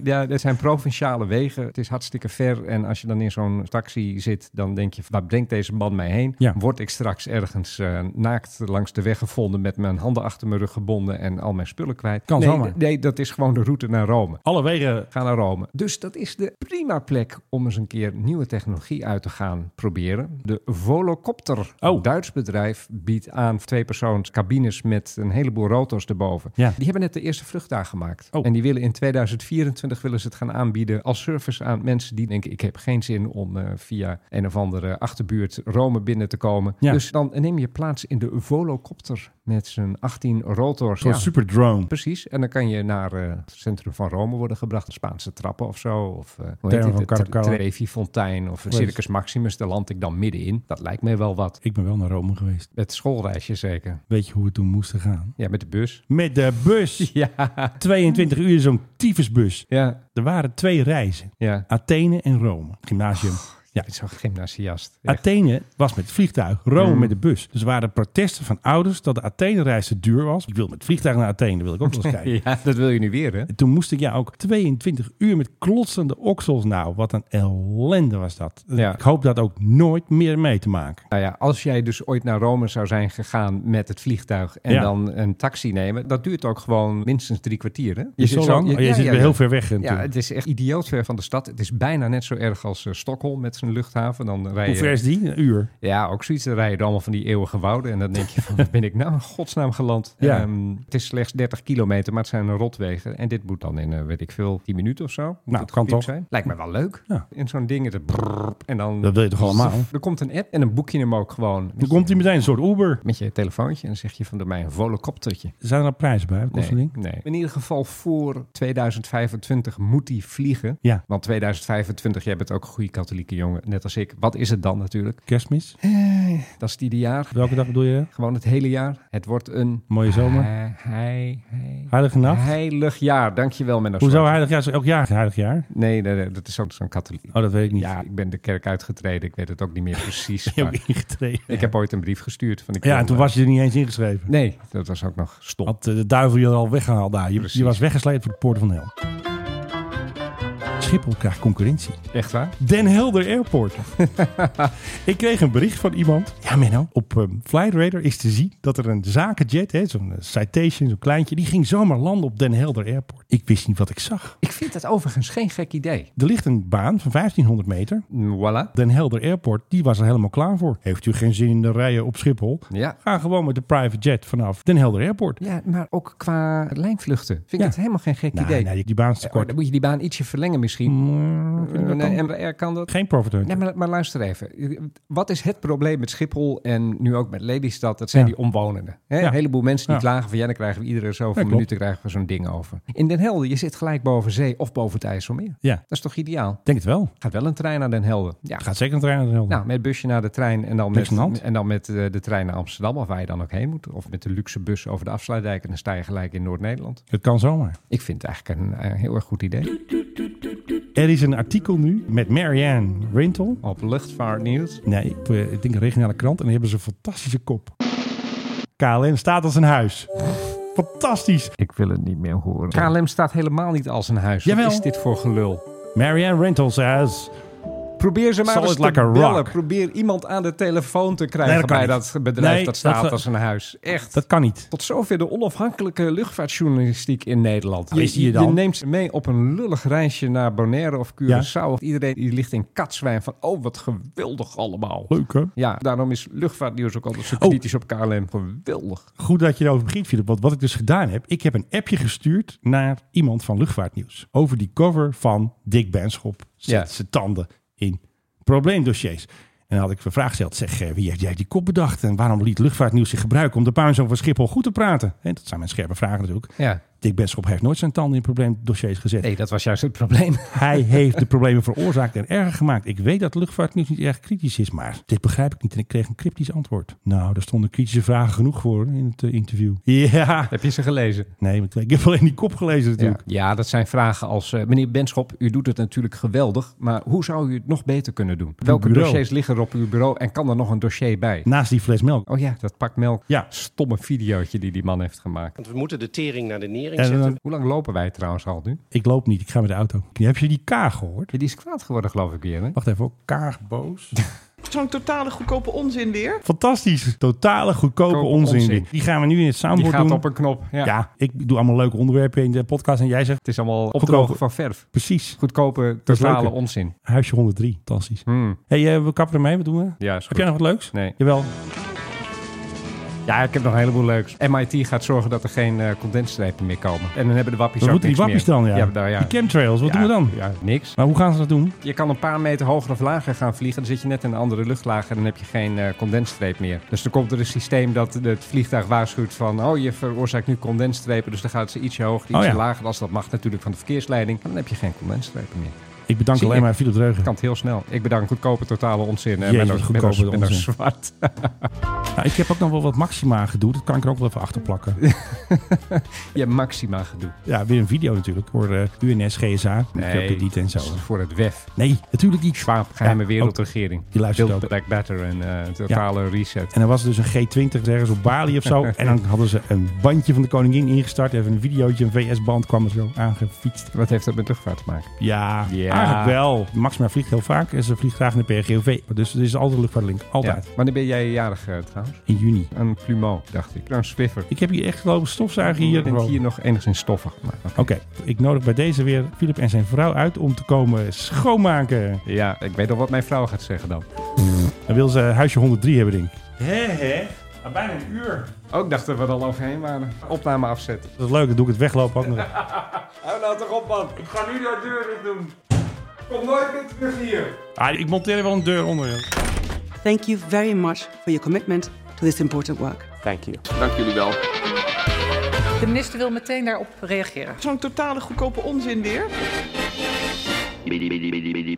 Speaker 1: ja, dat zijn provinciale wegen. Het is hartstikke ver en als je dan in zo'n taxi zit, dan denk je, waar brengt deze man mij heen?
Speaker 2: Ja.
Speaker 1: Word ik straks ergens eh, naakt langs de weg gevonden met mijn handen achter mijn rug gebonden en al mijn spullen kwijt?
Speaker 2: Kan
Speaker 1: nee,
Speaker 2: zomaar.
Speaker 1: d- Nee, dat is gewoon de route naar Rome.
Speaker 2: Alle wegen.
Speaker 1: Ga naar Rome. Dus dat is de prima plek om eens een keer nieuwe technologie uit te gaan proberen. De Volocopter,
Speaker 2: Oh.
Speaker 1: een Duits bedrijf, biedt aan twee persoons cabines met een heleboel rotors erboven.
Speaker 2: Ja. Oh.
Speaker 1: Die hebben net de eerste vluchtdag gemaakt. En die willen in 2024 willen ze het gaan aanbieden als service aan mensen die denken ik heb geen zin om eh, via een of andere achterbuurt Rome binnen te komen.
Speaker 2: Ja.
Speaker 1: Dus dan neem je plaats in de Volocopter met zijn 18 rotors.
Speaker 2: Zo'n superdrone.
Speaker 1: Precies. En dan kan je naar eh, het centrum van Rome worden gebracht. Spaanse trappen of zo. Of eh hoe heet
Speaker 2: Termen
Speaker 1: het?
Speaker 2: van
Speaker 1: De Tre-
Speaker 2: Caracalla.
Speaker 1: Trevi-fontein of het
Speaker 2: Weet-
Speaker 1: Circus Maximus. Daar land ik dan middenin. Dat lijkt mij wel wat.
Speaker 2: Ik ben wel naar Rome geweest.
Speaker 1: Het schoolreisje zeker.
Speaker 2: Weet je hoe we toen moesten gaan?
Speaker 1: Ja, met de bus.
Speaker 2: Met de
Speaker 1: (laughs)
Speaker 2: bus.
Speaker 1: Ja.
Speaker 2: 22 uur zo'n tyfusbus.
Speaker 1: Ja.
Speaker 2: Er waren twee reizen.
Speaker 1: Ja. Oh.
Speaker 2: Athene en Rome. Gymnasium. ja.
Speaker 1: Ik ben zo'n gymnasiast. Echt.
Speaker 2: Athene was met het vliegtuig, Rome
Speaker 1: Mm.
Speaker 2: met de bus. Dus er waren protesten van ouders dat de Athene-reis te duur was. Ik wil met het vliegtuig naar Athene, wil ik ook wel eens kijken.
Speaker 1: ja, dat wil je nu weer hè?
Speaker 2: En toen moest ik ja ook 22 uur met klotsende oksels. Nou, wat een ellende was dat.
Speaker 1: Ja.
Speaker 2: Ik hoop dat ook nooit meer mee te maken.
Speaker 1: Nou ja, als jij dus ooit naar Rome zou zijn gegaan met het vliegtuig en
Speaker 2: Ja.
Speaker 1: dan een taxi nemen, dat duurt ook gewoon minstens drie kwartier. Hè?
Speaker 2: Is zo lang? Oh, je zit weer heel ver weg
Speaker 1: Ja,
Speaker 2: natuurlijk.
Speaker 1: het is echt idioot ver van de stad. Het is bijna net zo erg als eh, Stockholm met zijn luchthaven. Dan rij je,
Speaker 2: Hoe ver is die? Een uur.
Speaker 1: Ja, ook zoiets. Dan rijden allemaal van die eeuwige wouden. En dan denk je van, waar ben ik nou in godsnaam geland?
Speaker 2: Ja.
Speaker 1: Ehm, het is slechts 30 kilometer, maar het zijn rotwegen. En dit moet dan in, eh, weet ik veel, 10 minuten of zo. Moet
Speaker 2: Nou,
Speaker 1: het
Speaker 2: kan
Speaker 1: gepiept
Speaker 2: toch?
Speaker 1: Zijn. Lijkt me wel leuk.
Speaker 2: Ja.
Speaker 1: In zo'n ding. Het brrr, en dan,
Speaker 2: Dat wil je toch allemaal?
Speaker 1: Er komt een app en dan boek je hem ook gewoon.
Speaker 2: Dan komt hij meteen een soort Uber.
Speaker 1: Met je telefoontje en dan zeg je van door mij een volocoptertje.
Speaker 2: Zijn er al prijzen bij? Wat kost
Speaker 1: Nee,
Speaker 2: dat ding?
Speaker 1: nee. In ieder geval voor 2025 moet hij vliegen.
Speaker 2: Ja.
Speaker 1: Want 2025, jij bent ook een goede katholieke jongen, net als ik. Wat is het dan natuurlijk?
Speaker 2: Kerstmis?
Speaker 1: Dat is het ieder jaar.
Speaker 2: Welke dag bedoel je?
Speaker 1: Gewoon het hele jaar. Het wordt een...
Speaker 2: Mooie zomer?
Speaker 1: He- he- he-
Speaker 2: Heilige nacht?
Speaker 1: Heilig jaar. Dankjewel, Menno
Speaker 2: Hoezo
Speaker 1: Zwart.
Speaker 2: heilig jaar? Is Elk jaar is heilig jaar?
Speaker 1: Nee, nee, nee, dat is ook zo'n katholiek.
Speaker 2: Oh, dat weet ik niet.
Speaker 1: Ja, ik ben de kerk uitgetreden. Ik weet het ook niet meer precies.
Speaker 2: (laughs) Je
Speaker 1: maar
Speaker 2: hebt ingetreden.
Speaker 1: ik heb ooit een brief gestuurd. Van ik
Speaker 2: Ja,
Speaker 1: wil,
Speaker 2: en toen
Speaker 1: eh,
Speaker 2: was je er niet eens ingeschreven.
Speaker 1: Nee, dat was ook nog stom.
Speaker 2: Had eh, de duivel je er al weggehaald daar. Je,
Speaker 1: Precies.
Speaker 2: je was weggesleept voor de poorten van de hel. Schiphol krijgt concurrentie.
Speaker 1: Echt waar?
Speaker 2: Den Helder
Speaker 1: (laughs)
Speaker 2: Airport. ik kreeg een bericht van iemand. Ja, Menno. Op ehm Flight Radar is te zien dat er een zakenjet, hè, zo'n eh, Citation, zo'n kleintje, die ging zomaar landen op Den Helder Airport. Ik wist niet wat ik zag.
Speaker 1: Ik vind dat overigens geen gek idee.
Speaker 2: Er ligt een baan van 1500 meter.
Speaker 1: Mm, Voilà.
Speaker 2: Den Helder Airport, die was er helemaal klaar voor. Heeft u geen zin in de rijen op Schiphol?
Speaker 1: Ja.
Speaker 2: Ga gewoon met de private jet vanaf Den Helder Airport.
Speaker 1: Ja, maar ook qua lijnvluchten vind ik
Speaker 2: Ja.
Speaker 1: het helemaal geen gek
Speaker 2: Nou,
Speaker 1: idee.
Speaker 2: nou, die, die baan is te
Speaker 1: Oh,
Speaker 2: kort.
Speaker 1: dan moet je die baan ietsje verlengen misschien.
Speaker 2: Mm. dat
Speaker 1: nee,
Speaker 2: kan.
Speaker 1: MRR kan dat.
Speaker 2: Geen profit hunter.
Speaker 1: Nee, maar, maar luister even. Wat is het probleem met Schiphol en nu ook met Lelystad? Dat zijn
Speaker 2: Ja.
Speaker 1: die omwonenden. Hè?
Speaker 2: Ja.
Speaker 1: Een heleboel mensen die
Speaker 2: Ja.
Speaker 1: klagen van... ja, dan krijgen we iedere zoveel
Speaker 2: klopt.
Speaker 1: minuten krijgen we zo'n ding over. In Den Helder, je zit gelijk boven zee of boven het IJsselmeer.
Speaker 2: Ja,
Speaker 1: Dat is toch ideaal?
Speaker 2: denk het wel.
Speaker 1: Gaat wel een trein naar Den Helder. Ja.
Speaker 2: Het gaat zeker een trein naar Den Helder.
Speaker 1: Nou, met het busje naar de trein en dan
Speaker 2: Niks aan de
Speaker 1: met,
Speaker 2: hand.
Speaker 1: en dan met eh, de trein naar Amsterdam... of waar je dan ook heen moet. Of met de luxe bus over de afsluitdijk... en dan sta je gelijk in Noord-Nederland.
Speaker 2: Het kan zomaar.
Speaker 1: Ik vind het eigenlijk een eh, heel erg goed idee.
Speaker 2: Er is een artikel nu met Marianne Rintel.
Speaker 1: Op luchtvaartnieuws.
Speaker 2: Nee, ik, eh, ik denk een regionale krant. En die hebben ze een fantastische kop. KLM staat als een huis. Fantastisch.
Speaker 1: Ik wil het niet meer horen. KLM staat helemaal niet als een huis.
Speaker 2: Jawel.
Speaker 1: Wat is dit voor gelul?
Speaker 2: Marianne Rintel says...
Speaker 1: Probeer ze maar
Speaker 2: Solid
Speaker 1: eens te
Speaker 2: like a
Speaker 1: bellen.
Speaker 2: rock.
Speaker 1: Probeer iemand aan de telefoon te krijgen
Speaker 2: Nee, dat kan
Speaker 1: bij
Speaker 2: niet.
Speaker 1: dat bedrijf
Speaker 2: Nee,
Speaker 1: dat staat
Speaker 2: dat-
Speaker 1: als een huis. Echt.
Speaker 2: Dat kan niet.
Speaker 1: Tot zover de onafhankelijke luchtvaartjournalistiek in Nederland.
Speaker 2: Wie zie je dan?
Speaker 1: neemt ze mee op een lullig reisje naar Bonaire of Curaçao. Iedereen die ligt in katzwijn van, oh wat geweldig allemaal.
Speaker 2: Leuk hè?
Speaker 1: Ja, daarom is luchtvaartnieuws ook altijd zo
Speaker 2: Oh.
Speaker 1: kritisch op KLM. Geweldig.
Speaker 2: Goed dat je erover begint, Philip. Want wat ik dus gedaan heb, ik heb een appje gestuurd naar iemand van Luchtvaartnieuws. Over die cover van Dick Benschop. Zet
Speaker 1: Ja.
Speaker 2: zijn tanden in probleemdossiers. En dan had ik een vraag gesteld. Zeg, eh, wie heeft jij die kop bedacht? En waarom liet Luchtvaartnieuws zich gebruiken om de puinzoon van Schiphol goed te praten? En dat zijn mijn scherpe vragen natuurlijk.
Speaker 1: Ja.
Speaker 2: Dick Benschop heeft nooit zijn tanden in probleemdossiers gezet.
Speaker 1: Nee, dat was juist het probleem.
Speaker 2: Hij heeft de problemen veroorzaakt en erger gemaakt. Ik weet dat luchtvaartnieuws niet erg kritisch is, maar dit begrijp ik niet. En ik kreeg een cryptisch antwoord. Nou, daar stonden kritische vragen genoeg voor in het eh, interview. Ja.
Speaker 1: Heb je ze gelezen?
Speaker 2: Nee, want ik heb alleen die kop gelezen
Speaker 1: Ja.
Speaker 2: natuurlijk.
Speaker 1: ja, dat zijn vragen als... eh, meneer Benschop, u doet het natuurlijk geweldig... maar hoe zou u het nog beter kunnen doen? Welke
Speaker 2: bureau.
Speaker 1: dossiers liggen er op uw bureau en kan er nog een dossier bij?
Speaker 2: Naast die fles melk.
Speaker 1: Oh ja, dat pak melk.
Speaker 2: Ja.
Speaker 1: Stomme videootje die die man heeft gemaakt.
Speaker 4: Want we moeten de tering naar de nering
Speaker 2: En dan-
Speaker 4: zetten.
Speaker 1: Hoe lang lopen wij trouwens al nu?
Speaker 2: Ik loop niet, ik ga met de auto. Heb je die K gehoord?
Speaker 1: Die is kwaad geworden, geloof ik weer. Hè?
Speaker 2: Wacht even, hoor. Kaag boos. (laughs)
Speaker 9: Zo'n totale goedkope onzin weer.
Speaker 2: Fantastisch. Totale goedkope
Speaker 1: Goedkope
Speaker 2: onzin.
Speaker 1: onzin.
Speaker 2: Die gaan we nu in het soundboard
Speaker 1: Die gaat
Speaker 2: doen.
Speaker 1: op een knop. Ja.
Speaker 2: Ja, ik doe allemaal leuke onderwerpen in de podcast en jij zegt...
Speaker 1: Het is allemaal
Speaker 2: Goedkope.
Speaker 1: opdrogen van verf.
Speaker 2: Precies.
Speaker 1: Goedkope,
Speaker 2: Dat is
Speaker 1: totale
Speaker 2: leuker.
Speaker 1: onzin.
Speaker 2: Huisje 103, fantastisch.
Speaker 1: Hmm.
Speaker 2: hey, eh, we kappen ermee, wat doen we?
Speaker 1: Ja, is
Speaker 2: Heb
Speaker 1: goed.
Speaker 2: jij nog wat leuks?
Speaker 1: Nee.
Speaker 2: Jawel.
Speaker 1: Ja, ik heb nog een heleboel leuks. MIT gaat zorgen dat er geen eh condensstrepen meer komen. En dan hebben de wappies
Speaker 2: Wat
Speaker 1: ook
Speaker 2: moeten die
Speaker 1: niks
Speaker 2: wappies
Speaker 1: meer.
Speaker 2: dan? Ja.
Speaker 1: nou ja.
Speaker 2: Die chemtrails, wat
Speaker 1: Ja,
Speaker 2: doen we dan?
Speaker 1: Ja, niks.
Speaker 2: Maar hoe gaan ze dat doen?
Speaker 1: Je kan een paar meter hoger of lager gaan vliegen. Dan zit je net in een andere luchtlaag en dan heb je geen eh condensstreep meer. Dus dan komt er een systeem dat het vliegtuig waarschuwt van... oh, je veroorzaakt nu condensstrepen, dus dan gaat ze ietsje hoger, ietsje
Speaker 2: Oh ja.
Speaker 1: lager. Als dat mag natuurlijk van de verkeersleiding. Maar dan heb je geen condensstrepen meer.
Speaker 2: Ik bedank
Speaker 1: Zie
Speaker 2: alleen
Speaker 1: ik.
Speaker 2: maar Philip Dreugen.
Speaker 1: Dat kan het heel snel. Ik bedank goedkope totale onzin. eh, En
Speaker 2: Jezus,
Speaker 1: ben ook
Speaker 2: goedkope onzin.
Speaker 1: zwart. (laughs)
Speaker 2: Nou, ik heb ook nog wel wat Maxima gedoe. Dat kan ik er ook wel even achter plakken.
Speaker 1: (laughs) je hebt maxima gedoe.
Speaker 2: ja, weer een video natuurlijk voor eh, UNS, GSA. Ik heb dit niet en zo.
Speaker 1: dat is voor het WEF.
Speaker 2: Nee, natuurlijk niet.
Speaker 1: Zwaap, geheime
Speaker 2: Ja,
Speaker 1: wereldregering.
Speaker 2: ook. Die luistert
Speaker 1: Build
Speaker 2: ook.
Speaker 1: Back Better en eh, totale reset.
Speaker 2: En dan was er dus een G20 ergens op Bali of
Speaker 1: (laughs)
Speaker 2: zo. en dan hadden ze een bandje van de koningin ingestart. Even een videootje, een VS-band kwam er zo aangefietst.
Speaker 1: Wat heeft dat met luchtvaart te maken?
Speaker 2: Ja,
Speaker 1: Ja.
Speaker 2: eigenlijk wel. Maxima vliegt heel vaak en ze vliegt graag naar de PRGOV. Dus er is altijd luchtvaartlink. Altijd.
Speaker 1: Ja. Wanneer ben jij jarig eh, trouwens?
Speaker 2: In juni.
Speaker 1: Een plumeau, dacht ik. Nou, Een swiffer.
Speaker 2: Ik heb hier echt gelopen stofzuigen hier.
Speaker 1: Je bent
Speaker 2: gewoon.
Speaker 1: hier nog enigszins stoffig. Maar,
Speaker 2: Oké, ik nodig bij deze weer Philip en zijn vrouw uit om te komen schoonmaken.
Speaker 1: Ja, ik weet al wat mijn vrouw gaat zeggen dan.
Speaker 2: Dan wil ze huisje 103 hebben, denk ik.
Speaker 1: Hé, hé. Bijna een uur. Ook dachten we er al overheen waren. Opname afzetten.
Speaker 2: Dat is leuk, dan doe ik het weglopen ook nog.
Speaker 1: Hou nou toch op, man. Ik ga nu de deur dicht doen. Kom nooit meer terug hier.
Speaker 2: Ah, ik monteer er wel een deur onder. joh.
Speaker 6: Thank you very much for your commitment to this important work.
Speaker 5: Thank you.
Speaker 10: Dank jullie wel.
Speaker 19: De minister wil meteen daarop reageren.
Speaker 9: Zo'n totale goedkope onzin weer.
Speaker 15: Bidi, bidi, bidi, bidi.